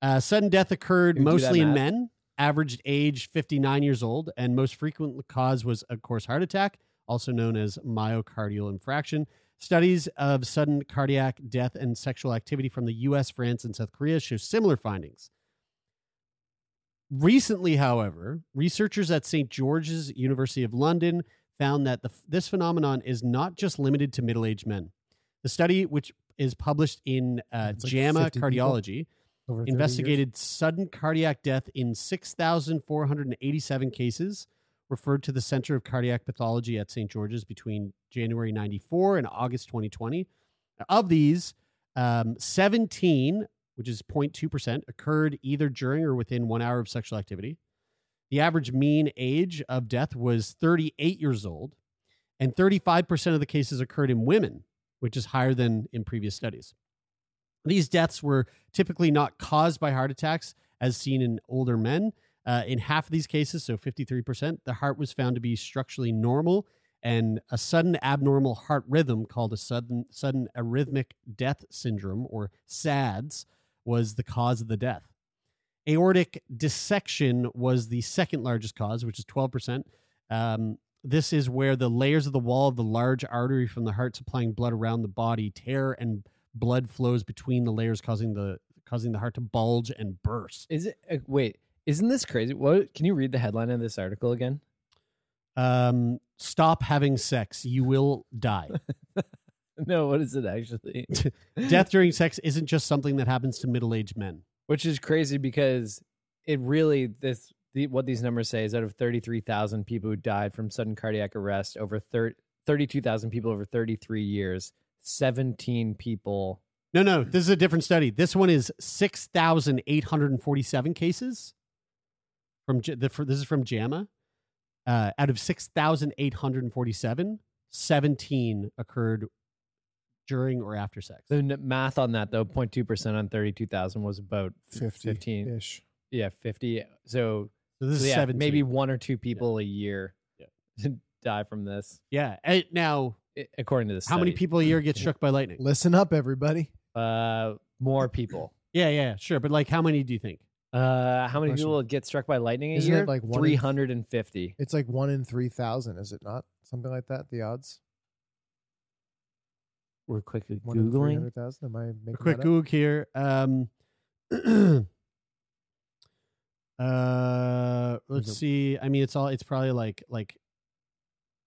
[SPEAKER 1] Uh, sudden death occurred
[SPEAKER 2] Can we do that
[SPEAKER 1] mostly in
[SPEAKER 2] math?
[SPEAKER 1] men, averaged age 59 years old, and most frequent cause was, of course, heart attack, also known as myocardial infarction. Studies of sudden cardiac death and sexual activity from the US, France, and South Korea show similar findings. Recently, however, researchers at St. George's University of London found that the, this phenomenon is not just limited to middle aged men. The study, which is published in uh,
[SPEAKER 3] It's like
[SPEAKER 1] JAMA
[SPEAKER 3] 50 people.
[SPEAKER 1] Cardiology,
[SPEAKER 3] Over 30 years.
[SPEAKER 1] investigated sudden cardiac death in 6,487 cases referred to the Center of Cardiac Pathology at St. George's between January 94 and August 2020. Of these, um, 17, which is 0.2%, occurred either during or within one hour of sexual activity. The average mean age of death was 38 years old, and 35% of the cases occurred in women, which is higher than in previous studies. These deaths were typically not caused by heart attacks, as seen in older men. Uh, in half of these cases, so 53%, the heart was found to be structurally normal, and a sudden abnormal heart rhythm called a sudden sudden arrhythmic death syndrome or SADS was the cause of the death. Aortic dissection was the second largest cause, which is 12%. Um, this is where the layers of the wall of the large artery from the heart supplying blood around the body tear and blood flows between the layers causing the causing the heart to bulge and burst.
[SPEAKER 2] Is it, uh, wait, isn't this crazy? What Can you read the headline of this article again?
[SPEAKER 1] Um, stop having sex, you will die.
[SPEAKER 2] No, what is it actually?
[SPEAKER 1] Death during sex isn't just something that happens to middle-aged men.
[SPEAKER 2] Which is crazy because it really, this. The, what these numbers say is out of 33,000 people who died from sudden cardiac arrest, over thir- 32,000 people over 33 years, 17 people
[SPEAKER 1] No, no, this is a different study. This one is 6,847 cases from J- the, for, this is from JAMA. Uh, out of 6,847, 17 occurred during or after sex.
[SPEAKER 2] The n- math on that though, 0.2% on 32,000 was about
[SPEAKER 3] 50
[SPEAKER 2] 15.
[SPEAKER 3] ish.
[SPEAKER 2] Yeah, 50. So,
[SPEAKER 1] So this
[SPEAKER 2] so
[SPEAKER 1] is
[SPEAKER 2] yeah,
[SPEAKER 1] 17.
[SPEAKER 2] maybe one or two people a year
[SPEAKER 1] Yeah.
[SPEAKER 2] die from this,
[SPEAKER 1] Yeah. And now,
[SPEAKER 2] i- according to this.
[SPEAKER 1] how many
[SPEAKER 2] study.
[SPEAKER 1] people a year get struck by lightning?
[SPEAKER 3] Listen up, everybody.
[SPEAKER 2] Uh, more people.
[SPEAKER 1] Yeah, yeah, sure. But like, how many do you think?
[SPEAKER 2] Uh, how many
[SPEAKER 3] Question.
[SPEAKER 2] people get struck by lightning a
[SPEAKER 3] Isn't it
[SPEAKER 2] year?
[SPEAKER 3] like one in-
[SPEAKER 2] 350.
[SPEAKER 3] It's like one in three thousand, is it not? Something like that. The odds.
[SPEAKER 2] We're quickly
[SPEAKER 3] One in
[SPEAKER 2] googling.
[SPEAKER 3] 300,000? Am I making
[SPEAKER 1] A quick
[SPEAKER 3] that up?
[SPEAKER 1] Google here. Um, uh,
[SPEAKER 2] it-
[SPEAKER 3] Mm-hmm.
[SPEAKER 1] let's see. I mean, it's all. It's probably like like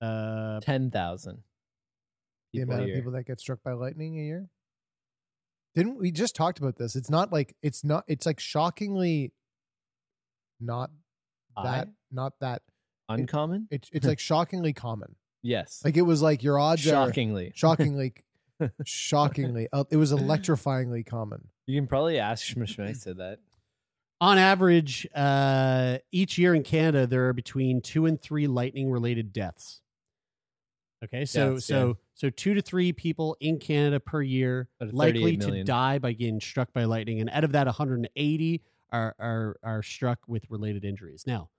[SPEAKER 1] uh,
[SPEAKER 2] Ten thousand.
[SPEAKER 3] The amount of people that get struck by lightning a year. Didn't we just talked about this? It's not like it's not. It's like shockingly not that not that.
[SPEAKER 2] uncommon.
[SPEAKER 3] It's it's like shockingly common.
[SPEAKER 2] yes.
[SPEAKER 3] Like it was like your odds are
[SPEAKER 2] Shockingly,
[SPEAKER 3] shockingly, shockingly. Uh, it was electrifyingly common.
[SPEAKER 2] you can probably ask Schmishmeg said that.
[SPEAKER 1] on average, uh, each year in Canada there are between two and three lightning related deaths. Okay, so
[SPEAKER 2] Deaths,
[SPEAKER 1] so
[SPEAKER 2] yeah.
[SPEAKER 1] so two to three people in Canada per year
[SPEAKER 2] Out of 38
[SPEAKER 1] likely to
[SPEAKER 2] million.
[SPEAKER 1] die by getting struck by lightning, and out of that, 180 are are are struck with related injuries. Now,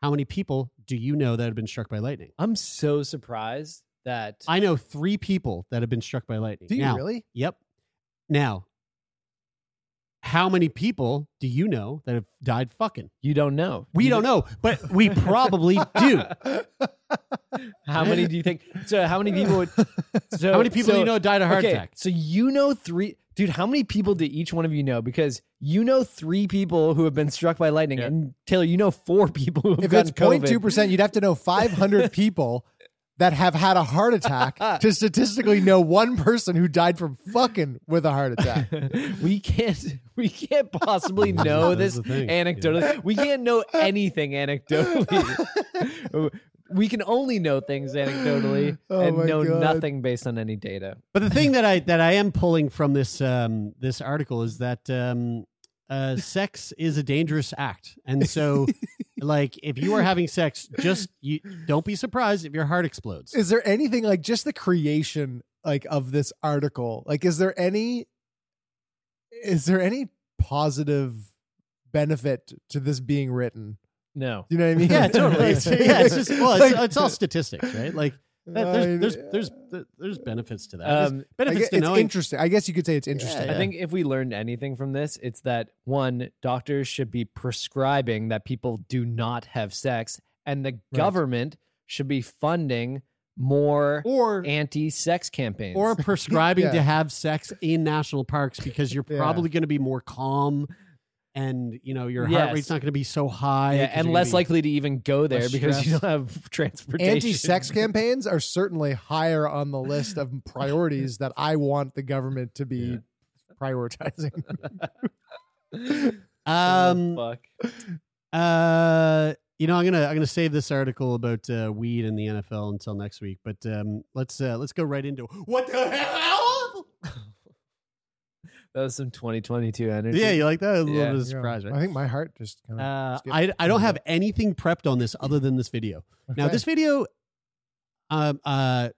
[SPEAKER 1] how many people do you know that have been struck by lightning?
[SPEAKER 2] I'm so surprised that
[SPEAKER 1] I know three people that have been struck by lightning.
[SPEAKER 3] Do you
[SPEAKER 1] Now-
[SPEAKER 3] really?
[SPEAKER 1] Yep. Now, how many people do you know that have died fucking?
[SPEAKER 2] you don't know.
[SPEAKER 1] We
[SPEAKER 2] You
[SPEAKER 1] don't know, but we probably do.
[SPEAKER 2] How many do you think? So how many people would? So,
[SPEAKER 1] How many people do
[SPEAKER 2] so-
[SPEAKER 1] you know died of heart
[SPEAKER 2] okay,
[SPEAKER 1] attack?
[SPEAKER 2] So you know three, dude. How many people did each one of you know? Because you know three people who have been struck by lightning,
[SPEAKER 1] Yeah.
[SPEAKER 2] and Taylor, you know four people who have
[SPEAKER 3] If it's
[SPEAKER 2] gotten COVID.
[SPEAKER 3] 02 percent, you'd have to know five hundred people that have had a heart attack to statistically know one person who died from fucking with a heart attack.
[SPEAKER 2] we can't. We can't possibly know
[SPEAKER 1] That's
[SPEAKER 2] this
[SPEAKER 1] the thing, yeah.
[SPEAKER 2] anecdotally. We can't know anything anecdotally. we can only know things anecdotally
[SPEAKER 3] Oh my
[SPEAKER 2] and know
[SPEAKER 3] God.
[SPEAKER 2] nothing based on any data.
[SPEAKER 1] But the thing that I that I am pulling from this um, this article is that um, uh, sex is a dangerous act, and so like if you are having sex, just you don't be surprised if your heart explodes.
[SPEAKER 3] is there anything like just the creation like of this article like is there any is there any positive benefit to this being written
[SPEAKER 2] No.
[SPEAKER 3] you know what i mean
[SPEAKER 1] yeah, totally. It's, yeah, it's just well, it's, it's all statistics, right? Like that,
[SPEAKER 3] I- uh,
[SPEAKER 1] there's, there's there's there's benefits to that. There's
[SPEAKER 2] Um,
[SPEAKER 3] I
[SPEAKER 1] benefits
[SPEAKER 3] guess,
[SPEAKER 1] to
[SPEAKER 3] it's
[SPEAKER 1] knowing
[SPEAKER 3] interesting i guess you could say it's interesting
[SPEAKER 1] Yeah.
[SPEAKER 2] I think if we learned anything from this, it's that one, doctors should be prescribing that people do not have sex, and the government should be funding more
[SPEAKER 1] or
[SPEAKER 2] anti-sex campaigns.
[SPEAKER 1] or prescribing
[SPEAKER 3] Yeah.
[SPEAKER 1] to have sex in national parks because you're
[SPEAKER 3] Yeah.
[SPEAKER 1] probably going to be more calm and you know your heart
[SPEAKER 2] Yes.
[SPEAKER 1] rate's not going to be so high
[SPEAKER 2] yeah,
[SPEAKER 1] 'cause
[SPEAKER 2] and
[SPEAKER 1] you're
[SPEAKER 2] less
[SPEAKER 1] gonna be-
[SPEAKER 2] likely to even go there
[SPEAKER 1] less
[SPEAKER 2] because you
[SPEAKER 1] stressed.
[SPEAKER 2] don't have transportation.
[SPEAKER 3] anti-sex campaigns are certainly higher on the list of priorities that i want the government to be prioritizing
[SPEAKER 1] um
[SPEAKER 2] Oh, fuck.
[SPEAKER 1] Uh, you know, I'm gonna I'm gonna save this article about uh, weed and the NFL until next week. But um, let's uh, let's go right into what the hell?
[SPEAKER 2] That was some 2022 energy.
[SPEAKER 1] Yeah, you like that? A little
[SPEAKER 2] Yeah.
[SPEAKER 1] bit of surprise,
[SPEAKER 3] i
[SPEAKER 1] right?
[SPEAKER 3] think my heart just kind of
[SPEAKER 1] Uh,
[SPEAKER 3] skipped.
[SPEAKER 1] I I
[SPEAKER 2] Mm-hmm.
[SPEAKER 1] don't have anything prepped on this other than this video. Now
[SPEAKER 3] Okay.
[SPEAKER 1] this video, um, uh,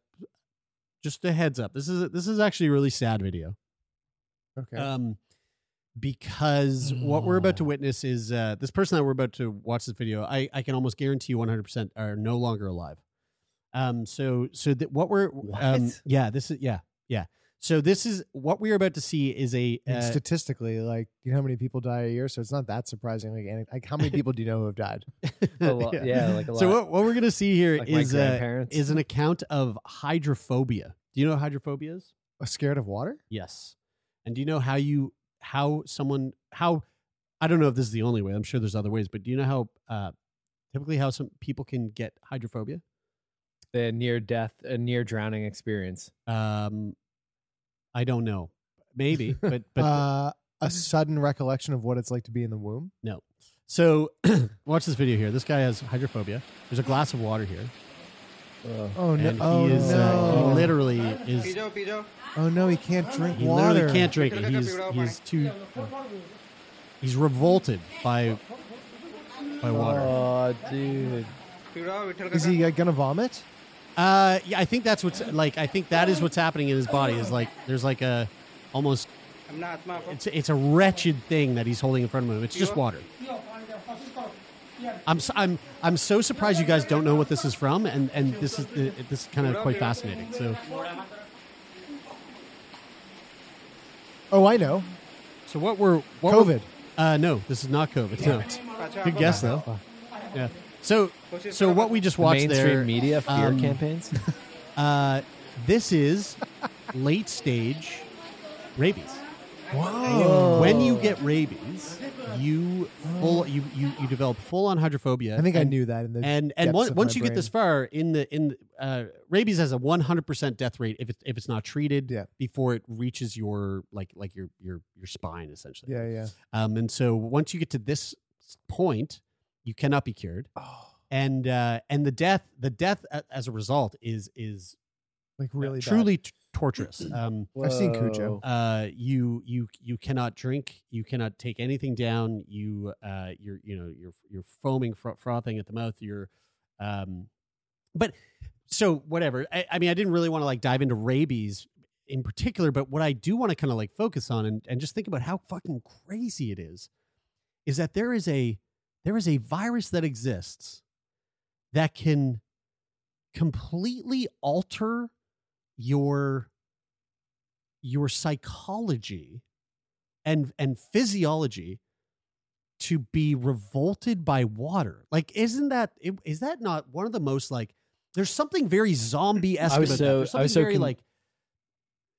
[SPEAKER 1] just a heads up. This is this is actually a really sad video.
[SPEAKER 3] okay
[SPEAKER 1] Um, because what we're
[SPEAKER 2] Mm.
[SPEAKER 1] about to witness is uh, this person that we're about to watch this video. I, I can almost guarantee you 100 percent are no longer alive. Um, so so that what we're um,
[SPEAKER 2] What?
[SPEAKER 1] yeah, this is yeah yeah. So this is what we're about to see is a
[SPEAKER 3] I mean,
[SPEAKER 1] uh,
[SPEAKER 3] statistically, like you know how many people die a year, so it's not that surprising. Like, anec- like how many people do you know who have died?
[SPEAKER 2] A lo- yeah, like a
[SPEAKER 1] uh, So
[SPEAKER 2] lot.
[SPEAKER 1] what, what we're gonna see here is
[SPEAKER 2] Like my
[SPEAKER 1] uh,
[SPEAKER 2] grandparents.
[SPEAKER 1] is an account of hydrophobia. Do you know what hydrophobia is?
[SPEAKER 3] Uh, Scared of water?
[SPEAKER 1] Yes. And do you know how you how someone how I don't know if this is the only way. I'm sure there's other ways, but do you know how uh, typically how some people can get hydrophobia?
[SPEAKER 2] the near death, a near drowning experience.
[SPEAKER 1] Um, I don't know. Maybe, but but
[SPEAKER 3] uh, a sudden recollection of what it's like to be in the womb.
[SPEAKER 1] no. So watch this video here. This guy has hydrophobia. There's a glass of water here,
[SPEAKER 3] Oh no!
[SPEAKER 1] and he
[SPEAKER 3] Oh
[SPEAKER 1] is uh, he
[SPEAKER 3] no!
[SPEAKER 1] literally is
[SPEAKER 3] oh no! He can't drink
[SPEAKER 1] He
[SPEAKER 3] water.
[SPEAKER 1] literally can't drink it. He's he's too. He's revolted by by water.
[SPEAKER 2] Oh, dude.
[SPEAKER 3] Is he uh, gonna vomit?
[SPEAKER 1] Uh, yeah, I think that's what's like. I think that is what's happening in his body. Is like there's like a almost. It's it's a wretched thing that he's holding in front of him. It's just water. I'm so, I'm I'm so surprised you guys don't know what this is from, and and this is this is kind of quite fascinating. So
[SPEAKER 3] Oh, I know.
[SPEAKER 1] so what we're what we're-
[SPEAKER 3] COVID.
[SPEAKER 1] Uh, no, this is not COVID. No, good guess though. Yeah. So so what we just watched
[SPEAKER 3] um,
[SPEAKER 2] Mainstream
[SPEAKER 1] there.
[SPEAKER 2] media fear
[SPEAKER 1] um,
[SPEAKER 2] campaigns.
[SPEAKER 1] Uh, this is late stage rabies.
[SPEAKER 3] Whoa.
[SPEAKER 1] When you get rabies, you full you you, you develop full on hydrophobia.
[SPEAKER 3] I think I
[SPEAKER 1] and-
[SPEAKER 3] knew that. In the
[SPEAKER 1] and and
[SPEAKER 3] depths
[SPEAKER 1] one,
[SPEAKER 3] of
[SPEAKER 1] once
[SPEAKER 3] my
[SPEAKER 1] you
[SPEAKER 3] brain.
[SPEAKER 1] get this far in the in the, uh, rabies has a 100% death rate if it's if it's not treated
[SPEAKER 3] Yeah.
[SPEAKER 1] before it reaches your like like your your your spine essentially
[SPEAKER 3] yeah, yeah.
[SPEAKER 1] um and so once you get to this point you cannot be cured
[SPEAKER 3] Oh.
[SPEAKER 1] and uh and the death the death a- as a result is is
[SPEAKER 3] Like really, bad.
[SPEAKER 1] truly t- torturous um
[SPEAKER 3] I've seen Cujo.
[SPEAKER 2] Whoa.
[SPEAKER 1] uh you you you cannot drink you cannot take anything down you uh you're you know you're you're foaming fro- frothing at the mouth you're um but so whatever i, I mean i didn't really want to like dive into rabies in particular but what i do want to kind of like focus on and, and just think about how fucking crazy it is is that there is a there is a virus that exists that can completely alter your your psychology and and physiology to be revolted by water like isn't that i- is that not one of the most like there's something very zombie esque
[SPEAKER 2] I
[SPEAKER 1] about
[SPEAKER 2] was
[SPEAKER 1] that.
[SPEAKER 2] so-
[SPEAKER 1] There's
[SPEAKER 2] I
[SPEAKER 1] something
[SPEAKER 2] was so
[SPEAKER 1] very
[SPEAKER 2] con-
[SPEAKER 1] like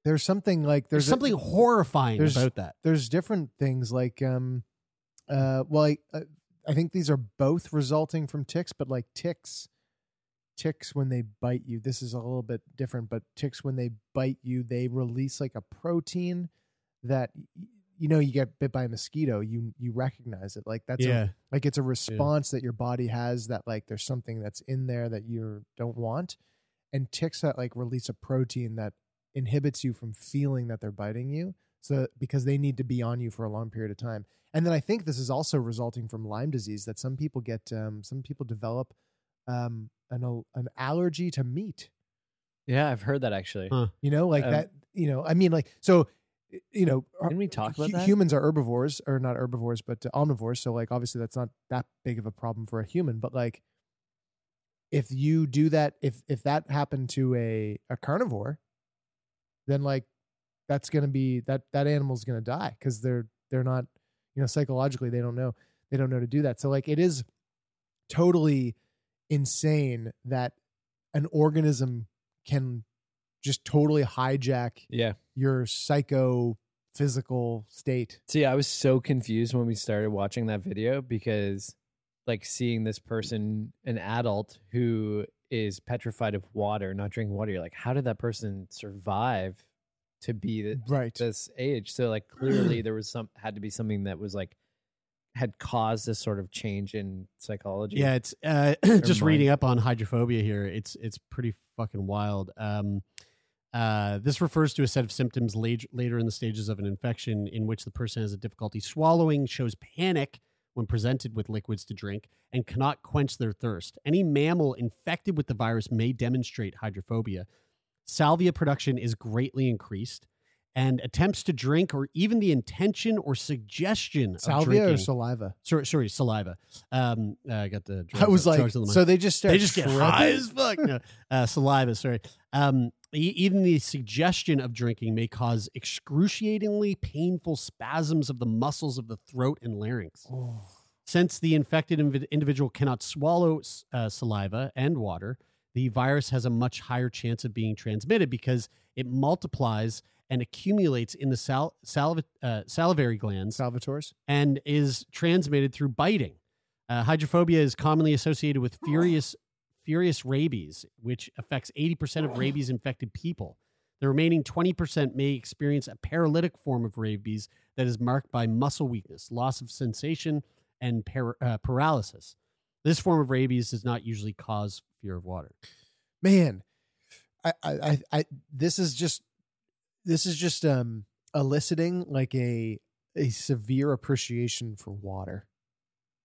[SPEAKER 3] There's something like
[SPEAKER 1] there's,
[SPEAKER 3] there's, a-
[SPEAKER 1] something horrifying
[SPEAKER 3] there's-
[SPEAKER 1] about that.
[SPEAKER 3] there's different things like um, uh, well, I, uh, I think these are both resulting from ticks, but like ticks, ticks when they bite you, this is a little bit different. But ticks when they bite you, they release like a protein that y- you know you get bit by a mosquito, you you recognize it. Like that's a- like it's a response that your body has that like there's something that's in there that you don't want and ticks that like release a protein that inhibits you from feeling that they're biting you so because they need to be on you for a long period of time and then i think this is also resulting from lyme disease that some people get um, some people develop um, an, al- an allergy to meat
[SPEAKER 2] Yeah, I've heard that actually.
[SPEAKER 1] Huh.
[SPEAKER 3] you know like
[SPEAKER 2] Um,
[SPEAKER 3] that you know i mean like so you know
[SPEAKER 2] Didn't we talk about
[SPEAKER 3] hu-
[SPEAKER 2] that?
[SPEAKER 3] Humans are herbivores, or not herbivores, but uh, omnivores. So, like, obviously, that's not that big of a problem for a human. But like, if you do that, if if that happened to a a carnivore, then like, that's gonna be that that animal's gonna die because they're they're not you know psychologically they don't know they don't know to do that. So like, it is totally insane that an organism can just totally hijack
[SPEAKER 2] Yeah.
[SPEAKER 3] your psycho physical state.
[SPEAKER 2] See, I was so confused when we started watching that video because, like, seeing this person, an adult who is petrified of water, not drinking water, you're like, how did that person survive to be th-
[SPEAKER 3] Right.
[SPEAKER 2] this age? So, like, clearly there was some, had to be something that was like, had caused this sort of change in psychology.
[SPEAKER 1] Yeah, it's uh, just
[SPEAKER 2] mine.
[SPEAKER 1] reading up on hydrophobia here. It's it's pretty fucking wild. Um, uh, this refers to a set of symptoms late, later in the stages of an infection in which the person has a difficulty swallowing, shows panic when presented with liquids to drink, and cannot quench their thirst. Any mammal infected with the virus may demonstrate hydrophobia. Salvia production is greatly increased, and attempts to drink or even the intention or suggestion of
[SPEAKER 3] Salvia
[SPEAKER 1] drinking
[SPEAKER 3] or saliva?
[SPEAKER 1] sorry, sorry saliva. Um, uh, I got the.
[SPEAKER 3] I was like,
[SPEAKER 1] drugs on the mind.
[SPEAKER 3] so they just start.
[SPEAKER 1] they just get
[SPEAKER 3] shredding?
[SPEAKER 1] high as fuck. No, uh, saliva. Sorry. Um, e- even the suggestion of drinking may cause excruciatingly painful spasms of the muscles of the throat and larynx.
[SPEAKER 3] Oh.
[SPEAKER 1] Since the infected invi- individual cannot swallow s- uh, saliva and water, the virus has a much higher chance of being transmitted because it multiplies and accumulates in the sal- saliva- uh, salivary glands
[SPEAKER 3] Salvatore's.
[SPEAKER 1] and is transmitted through biting. Uh, hydrophobia is commonly associated with furious furious rabies, which affects 80% of rabies infected people. The remaining 20% may experience a paralytic form of rabies that is marked by muscle weakness, loss of sensation, and par- uh, paralysis. This form of rabies does not usually cause fear of water.
[SPEAKER 3] Man, I, I, I, I, this is just, this is just um eliciting like a a severe appreciation for water.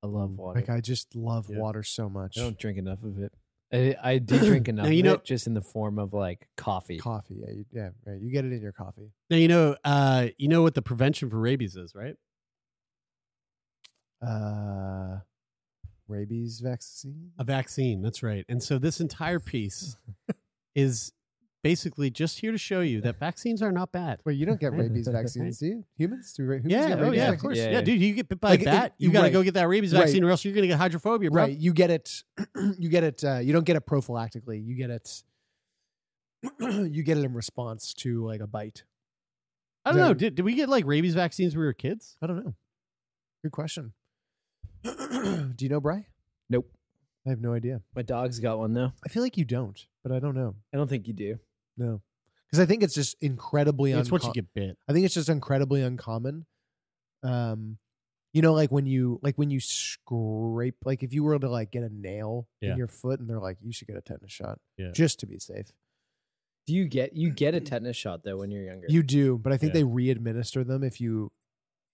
[SPEAKER 2] I love water.
[SPEAKER 3] Like I just love
[SPEAKER 2] Yeah.
[SPEAKER 3] water so much.
[SPEAKER 2] I don't drink enough of it. I, I do drink enough
[SPEAKER 1] Now, you
[SPEAKER 2] of
[SPEAKER 1] know-
[SPEAKER 2] it just in the form of like coffee.
[SPEAKER 3] Coffee, yeah, you, yeah, right. You get it in your coffee.
[SPEAKER 1] Now you know uh, you know what the prevention for rabies is, right?
[SPEAKER 3] Uh, rabies vaccine.
[SPEAKER 1] A vaccine, that's right. And so this entire piece is basically just here to show you that vaccines are not bad.
[SPEAKER 3] Wait, you don't get rabies vaccines, do you? Humans do. ra- Humans
[SPEAKER 1] Yeah,
[SPEAKER 3] get
[SPEAKER 1] oh,
[SPEAKER 3] rabies
[SPEAKER 1] yeah, of
[SPEAKER 3] vaccines?
[SPEAKER 1] course. Yeah,
[SPEAKER 2] Yeah, yeah.
[SPEAKER 1] dude, you get bit by
[SPEAKER 3] Like,
[SPEAKER 1] a
[SPEAKER 3] it-
[SPEAKER 1] bat, you gotta
[SPEAKER 3] right.
[SPEAKER 1] go get that rabies
[SPEAKER 3] Right.
[SPEAKER 1] vaccine, or else you're gonna get hydrophobia, bro.
[SPEAKER 3] right you get it you get it uh, you don't get it prophylactically you get it you get it in response to like a bite.
[SPEAKER 1] I don't know.
[SPEAKER 3] Yeah.
[SPEAKER 1] Did, did we get like rabies vaccines when we were kids?
[SPEAKER 3] I don't know. Good question. do you know Bry?
[SPEAKER 2] Nope.
[SPEAKER 3] I have no idea.
[SPEAKER 2] My dog's got one though.
[SPEAKER 3] I feel like you don't, but I don't know.
[SPEAKER 2] I don't think you do.
[SPEAKER 3] No, because I think it's just incredibly.
[SPEAKER 1] It's what you
[SPEAKER 3] uncom-
[SPEAKER 1] get bit.
[SPEAKER 3] I think it's just incredibly uncommon. Um, you know, like when you like when you scrape, like if you were to like get a nail
[SPEAKER 1] Yeah.
[SPEAKER 3] in your foot, and they're like, you should get a tetanus shot,
[SPEAKER 1] Yeah.
[SPEAKER 3] just to be safe.
[SPEAKER 2] Do you get you get a tetanus shot though when you're younger?
[SPEAKER 3] You do, but I think
[SPEAKER 1] Yeah.
[SPEAKER 3] they re-administer them if you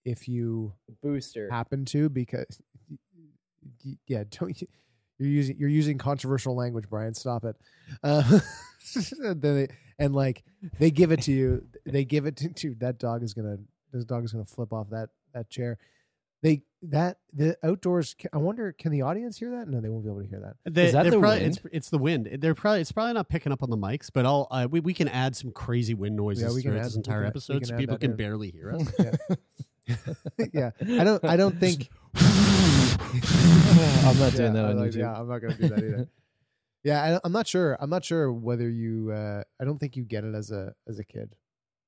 [SPEAKER 3] if you
[SPEAKER 2] booster.
[SPEAKER 3] happen to because yeah, don't you, you're using you're using controversial language, Brian. Stop it. Uh, then they, and like they give it to you, they give it to dude, that dog is gonna this dog is gonna flip off that that chair. They that the outdoors. I wonder, can the audience hear that? No, they won't be able to hear that.
[SPEAKER 1] They,
[SPEAKER 2] Is that
[SPEAKER 1] they're
[SPEAKER 2] the
[SPEAKER 1] probably,
[SPEAKER 2] wind?
[SPEAKER 1] It's, it's the wind. They're probably it's probably not picking up on the mics, but I'll uh, we, we can add some crazy wind noises
[SPEAKER 3] we can
[SPEAKER 1] throughout
[SPEAKER 3] add-
[SPEAKER 1] this
[SPEAKER 3] we
[SPEAKER 1] entire
[SPEAKER 3] can- we
[SPEAKER 1] episode,
[SPEAKER 3] can
[SPEAKER 1] so
[SPEAKER 3] add
[SPEAKER 1] people
[SPEAKER 3] that
[SPEAKER 1] can
[SPEAKER 3] in.
[SPEAKER 1] barely hear us.
[SPEAKER 3] Yeah, yeah. I don't. I don't think.
[SPEAKER 2] I'm not doing
[SPEAKER 3] Yeah,
[SPEAKER 2] that
[SPEAKER 3] I
[SPEAKER 2] on
[SPEAKER 3] like-
[SPEAKER 2] YouTube.
[SPEAKER 3] Yeah, I'm not gonna do that either. yeah, I, am not sure. I'm not sure whether you. Uh, I don't think you get it as a as a kid,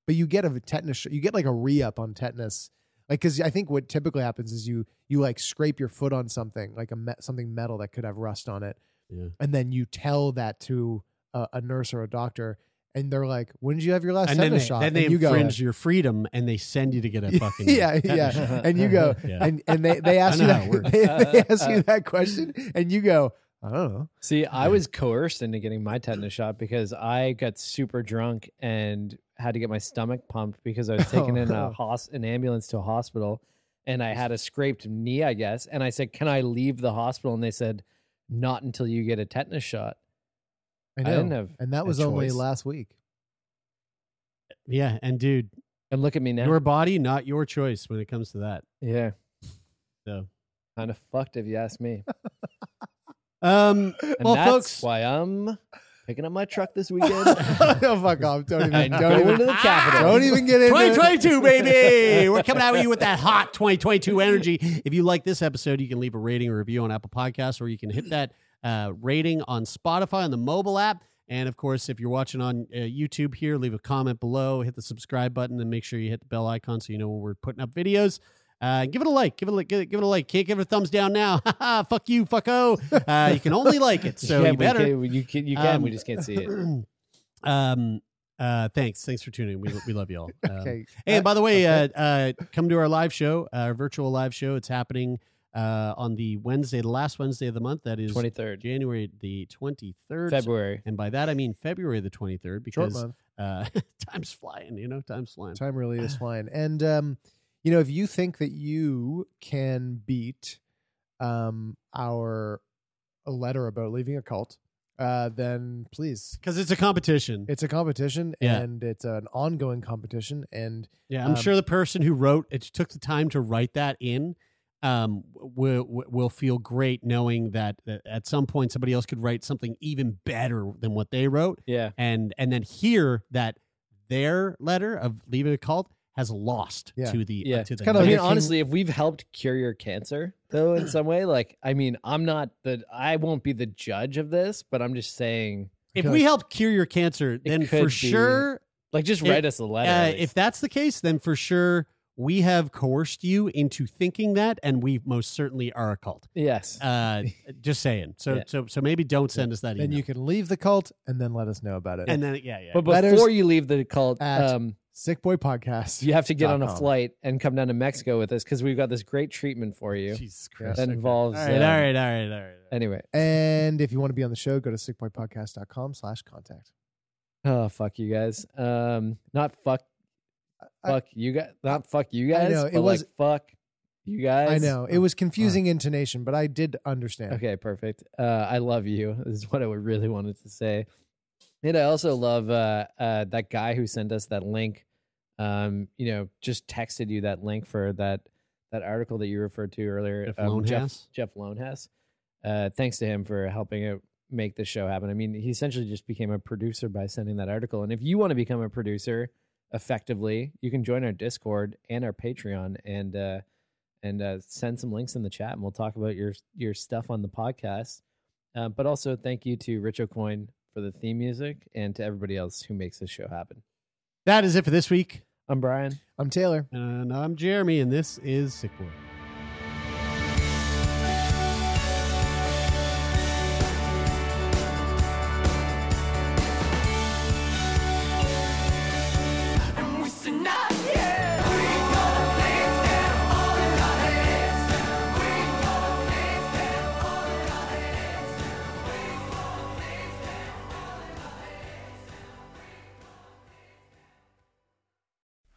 [SPEAKER 3] but you get a tetanus. sh- You get like a re up on tetanus, like because I think what typically happens is you you like scrape your foot on something like a me- something metal that could have rust on it,
[SPEAKER 1] Yeah.
[SPEAKER 3] and then you tell that to a, a nurse or a doctor, and they're like, "When did you have your last
[SPEAKER 1] And then
[SPEAKER 3] tetanus
[SPEAKER 1] they,
[SPEAKER 3] shot?"
[SPEAKER 1] then they
[SPEAKER 3] and you go,
[SPEAKER 1] infringe your freedom, and they send you to get a fucking
[SPEAKER 3] yeah,
[SPEAKER 1] tetanus shot.
[SPEAKER 3] yeah. And you go,
[SPEAKER 1] Yeah.
[SPEAKER 3] and and they they ask
[SPEAKER 1] know
[SPEAKER 3] you
[SPEAKER 1] how it
[SPEAKER 3] that,
[SPEAKER 1] works.
[SPEAKER 3] they, they ask you that question, and you go, I don't know.
[SPEAKER 2] See, I was coerced into getting my tetanus shot because I got super drunk and had to get my stomach pumped because I was
[SPEAKER 3] Oh,
[SPEAKER 2] taken in a hos- an ambulance to a hospital and I had a scraped knee, I guess. And I said, "Can I leave the hospital?" And they said, "Not until you get a tetanus shot."
[SPEAKER 3] I know.
[SPEAKER 2] I didn't have
[SPEAKER 3] and that
[SPEAKER 2] a
[SPEAKER 3] was only
[SPEAKER 2] choice.
[SPEAKER 3] last week.
[SPEAKER 1] yeah. And dude,
[SPEAKER 2] And look at me now.
[SPEAKER 1] your body, not your choice when it comes to that.
[SPEAKER 2] yeah,
[SPEAKER 1] So,
[SPEAKER 2] kind of fucked if you ask me.
[SPEAKER 1] um,
[SPEAKER 2] And
[SPEAKER 1] well,
[SPEAKER 2] that's
[SPEAKER 1] folks,
[SPEAKER 2] why I'm picking up my truck this weekend.
[SPEAKER 3] no, fuck off. Don't even.
[SPEAKER 2] and
[SPEAKER 3] Don't
[SPEAKER 2] going
[SPEAKER 3] even.
[SPEAKER 2] to the Capitol.
[SPEAKER 3] Don't even get into. it.
[SPEAKER 1] 2022, baby. We're coming out at you with that hot 2022 energy. If you like this episode, you can leave a rating or review on Apple Podcasts, or you can hit that uh, rating on Spotify on the mobile app. And of course, if you're watching on uh, YouTube here, leave a comment below, hit the subscribe button, and make sure you hit the bell icon so you know when we're putting up videos. Uh, give it a like, give it a like, give it give it a like. Can't give it a thumbs down now. fuck you, fucko. Uh, you can only like it, so
[SPEAKER 2] yeah,
[SPEAKER 1] you
[SPEAKER 2] we
[SPEAKER 1] better.
[SPEAKER 2] can- you can, you can
[SPEAKER 1] Um,
[SPEAKER 2] we just can't see it.
[SPEAKER 1] um, uh, thanks, thanks for tuning. in. We we love y'all. Um,
[SPEAKER 3] Okay.
[SPEAKER 1] Hey, and by the way,
[SPEAKER 3] Okay.
[SPEAKER 1] uh, uh, come to our live show, our virtual live show. It's happening uh, on the Wednesday, the last Wednesday of the month. That is
[SPEAKER 2] Twenty third
[SPEAKER 1] January the 23rd.
[SPEAKER 2] February.
[SPEAKER 1] And by that, I mean February the 23rd
[SPEAKER 3] short
[SPEAKER 1] because
[SPEAKER 3] month.
[SPEAKER 1] uh, time's flying, you know, time's flying.
[SPEAKER 3] Time really is flying. And um, you know, if you think that you can beat um our a letter about leaving a cult, uh, then please.
[SPEAKER 1] Because it's a competition.
[SPEAKER 3] It's a competition,
[SPEAKER 1] Yeah.
[SPEAKER 3] and it's an ongoing competition, and
[SPEAKER 1] yeah, I'm
[SPEAKER 3] um,
[SPEAKER 1] sure the person who wrote it took the time to write that in. Um, will will feel great knowing that that at some point somebody else could write something even better than what they wrote,
[SPEAKER 2] Yeah.
[SPEAKER 1] and and then hear that their letter of leaving a cult has lost
[SPEAKER 3] Yeah.
[SPEAKER 1] to the
[SPEAKER 2] Yeah.
[SPEAKER 1] uh, to the
[SPEAKER 3] kind
[SPEAKER 2] I
[SPEAKER 3] of-
[SPEAKER 2] mean,
[SPEAKER 3] Making-
[SPEAKER 2] honestly, if we've helped cure your cancer, though, in some way, like, I mean, I'm not the, I won't be the judge of this, but I'm just saying,
[SPEAKER 1] if we help cure your cancer, then
[SPEAKER 2] could
[SPEAKER 1] for
[SPEAKER 2] be
[SPEAKER 1] sure,
[SPEAKER 2] like, just
[SPEAKER 1] If-
[SPEAKER 2] write us a letter.
[SPEAKER 1] uh,
[SPEAKER 2] at
[SPEAKER 1] if
[SPEAKER 2] least.
[SPEAKER 1] that's the case, then for sure we have coerced you into thinking that, and we most certainly are a cult.
[SPEAKER 2] yes,
[SPEAKER 1] Uh, just saying. So
[SPEAKER 2] Yeah.
[SPEAKER 1] so so maybe don't send us that email.
[SPEAKER 3] then you can leave the cult, and then let us know about it.
[SPEAKER 1] and then yeah yeah.
[SPEAKER 2] but
[SPEAKER 3] letters
[SPEAKER 2] before you leave the cult,
[SPEAKER 3] at-
[SPEAKER 2] um,
[SPEAKER 3] Sick Boy Podcast.
[SPEAKER 2] you have to get on a
[SPEAKER 3] .com.
[SPEAKER 2] flight and come down to Mexico with us because we've got this great treatment for you
[SPEAKER 1] Jesus
[SPEAKER 2] that
[SPEAKER 1] Christ. Okay. All
[SPEAKER 2] involves. uh,
[SPEAKER 1] right, all
[SPEAKER 2] um,
[SPEAKER 1] right, all right, all right.
[SPEAKER 2] Anyway,
[SPEAKER 3] And if you want to be on the show, go to sickboypodcast.com slash contact.
[SPEAKER 2] oh fuck you guys. Um, not fuck,
[SPEAKER 3] I-
[SPEAKER 2] fuck you guys. Not fuck you guys.
[SPEAKER 3] know, it
[SPEAKER 2] but,
[SPEAKER 3] was-
[SPEAKER 2] like, fuck you guys.
[SPEAKER 3] I know it was confusing intonation, but I did understand.
[SPEAKER 2] Okay, perfect. Uh, I love you. Is what I would really wanted to say. And I also love uh, uh, that guy who sent us that link. Um, you know, just texted you that link for that that article that you referred to earlier.
[SPEAKER 1] Jeff
[SPEAKER 2] um,
[SPEAKER 1] Lonehass?
[SPEAKER 2] Jeff Lonehass. Uh, thanks to him for helping it make this show happen. I mean, he essentially just became a producer by sending that article. And if you want to become a producer effectively, you can join our Discord and our Patreon and uh, and uh, send some links in the chat, and we'll talk about your your stuff on the podcast. Uh, but also, thank you to Rich O'Coin for the theme music and to everybody else who makes this show happen.
[SPEAKER 1] That is it for this week.
[SPEAKER 2] I'm Brian.
[SPEAKER 6] I'm Taylor.
[SPEAKER 1] And I'm Jeremy, and this is Sick Boy.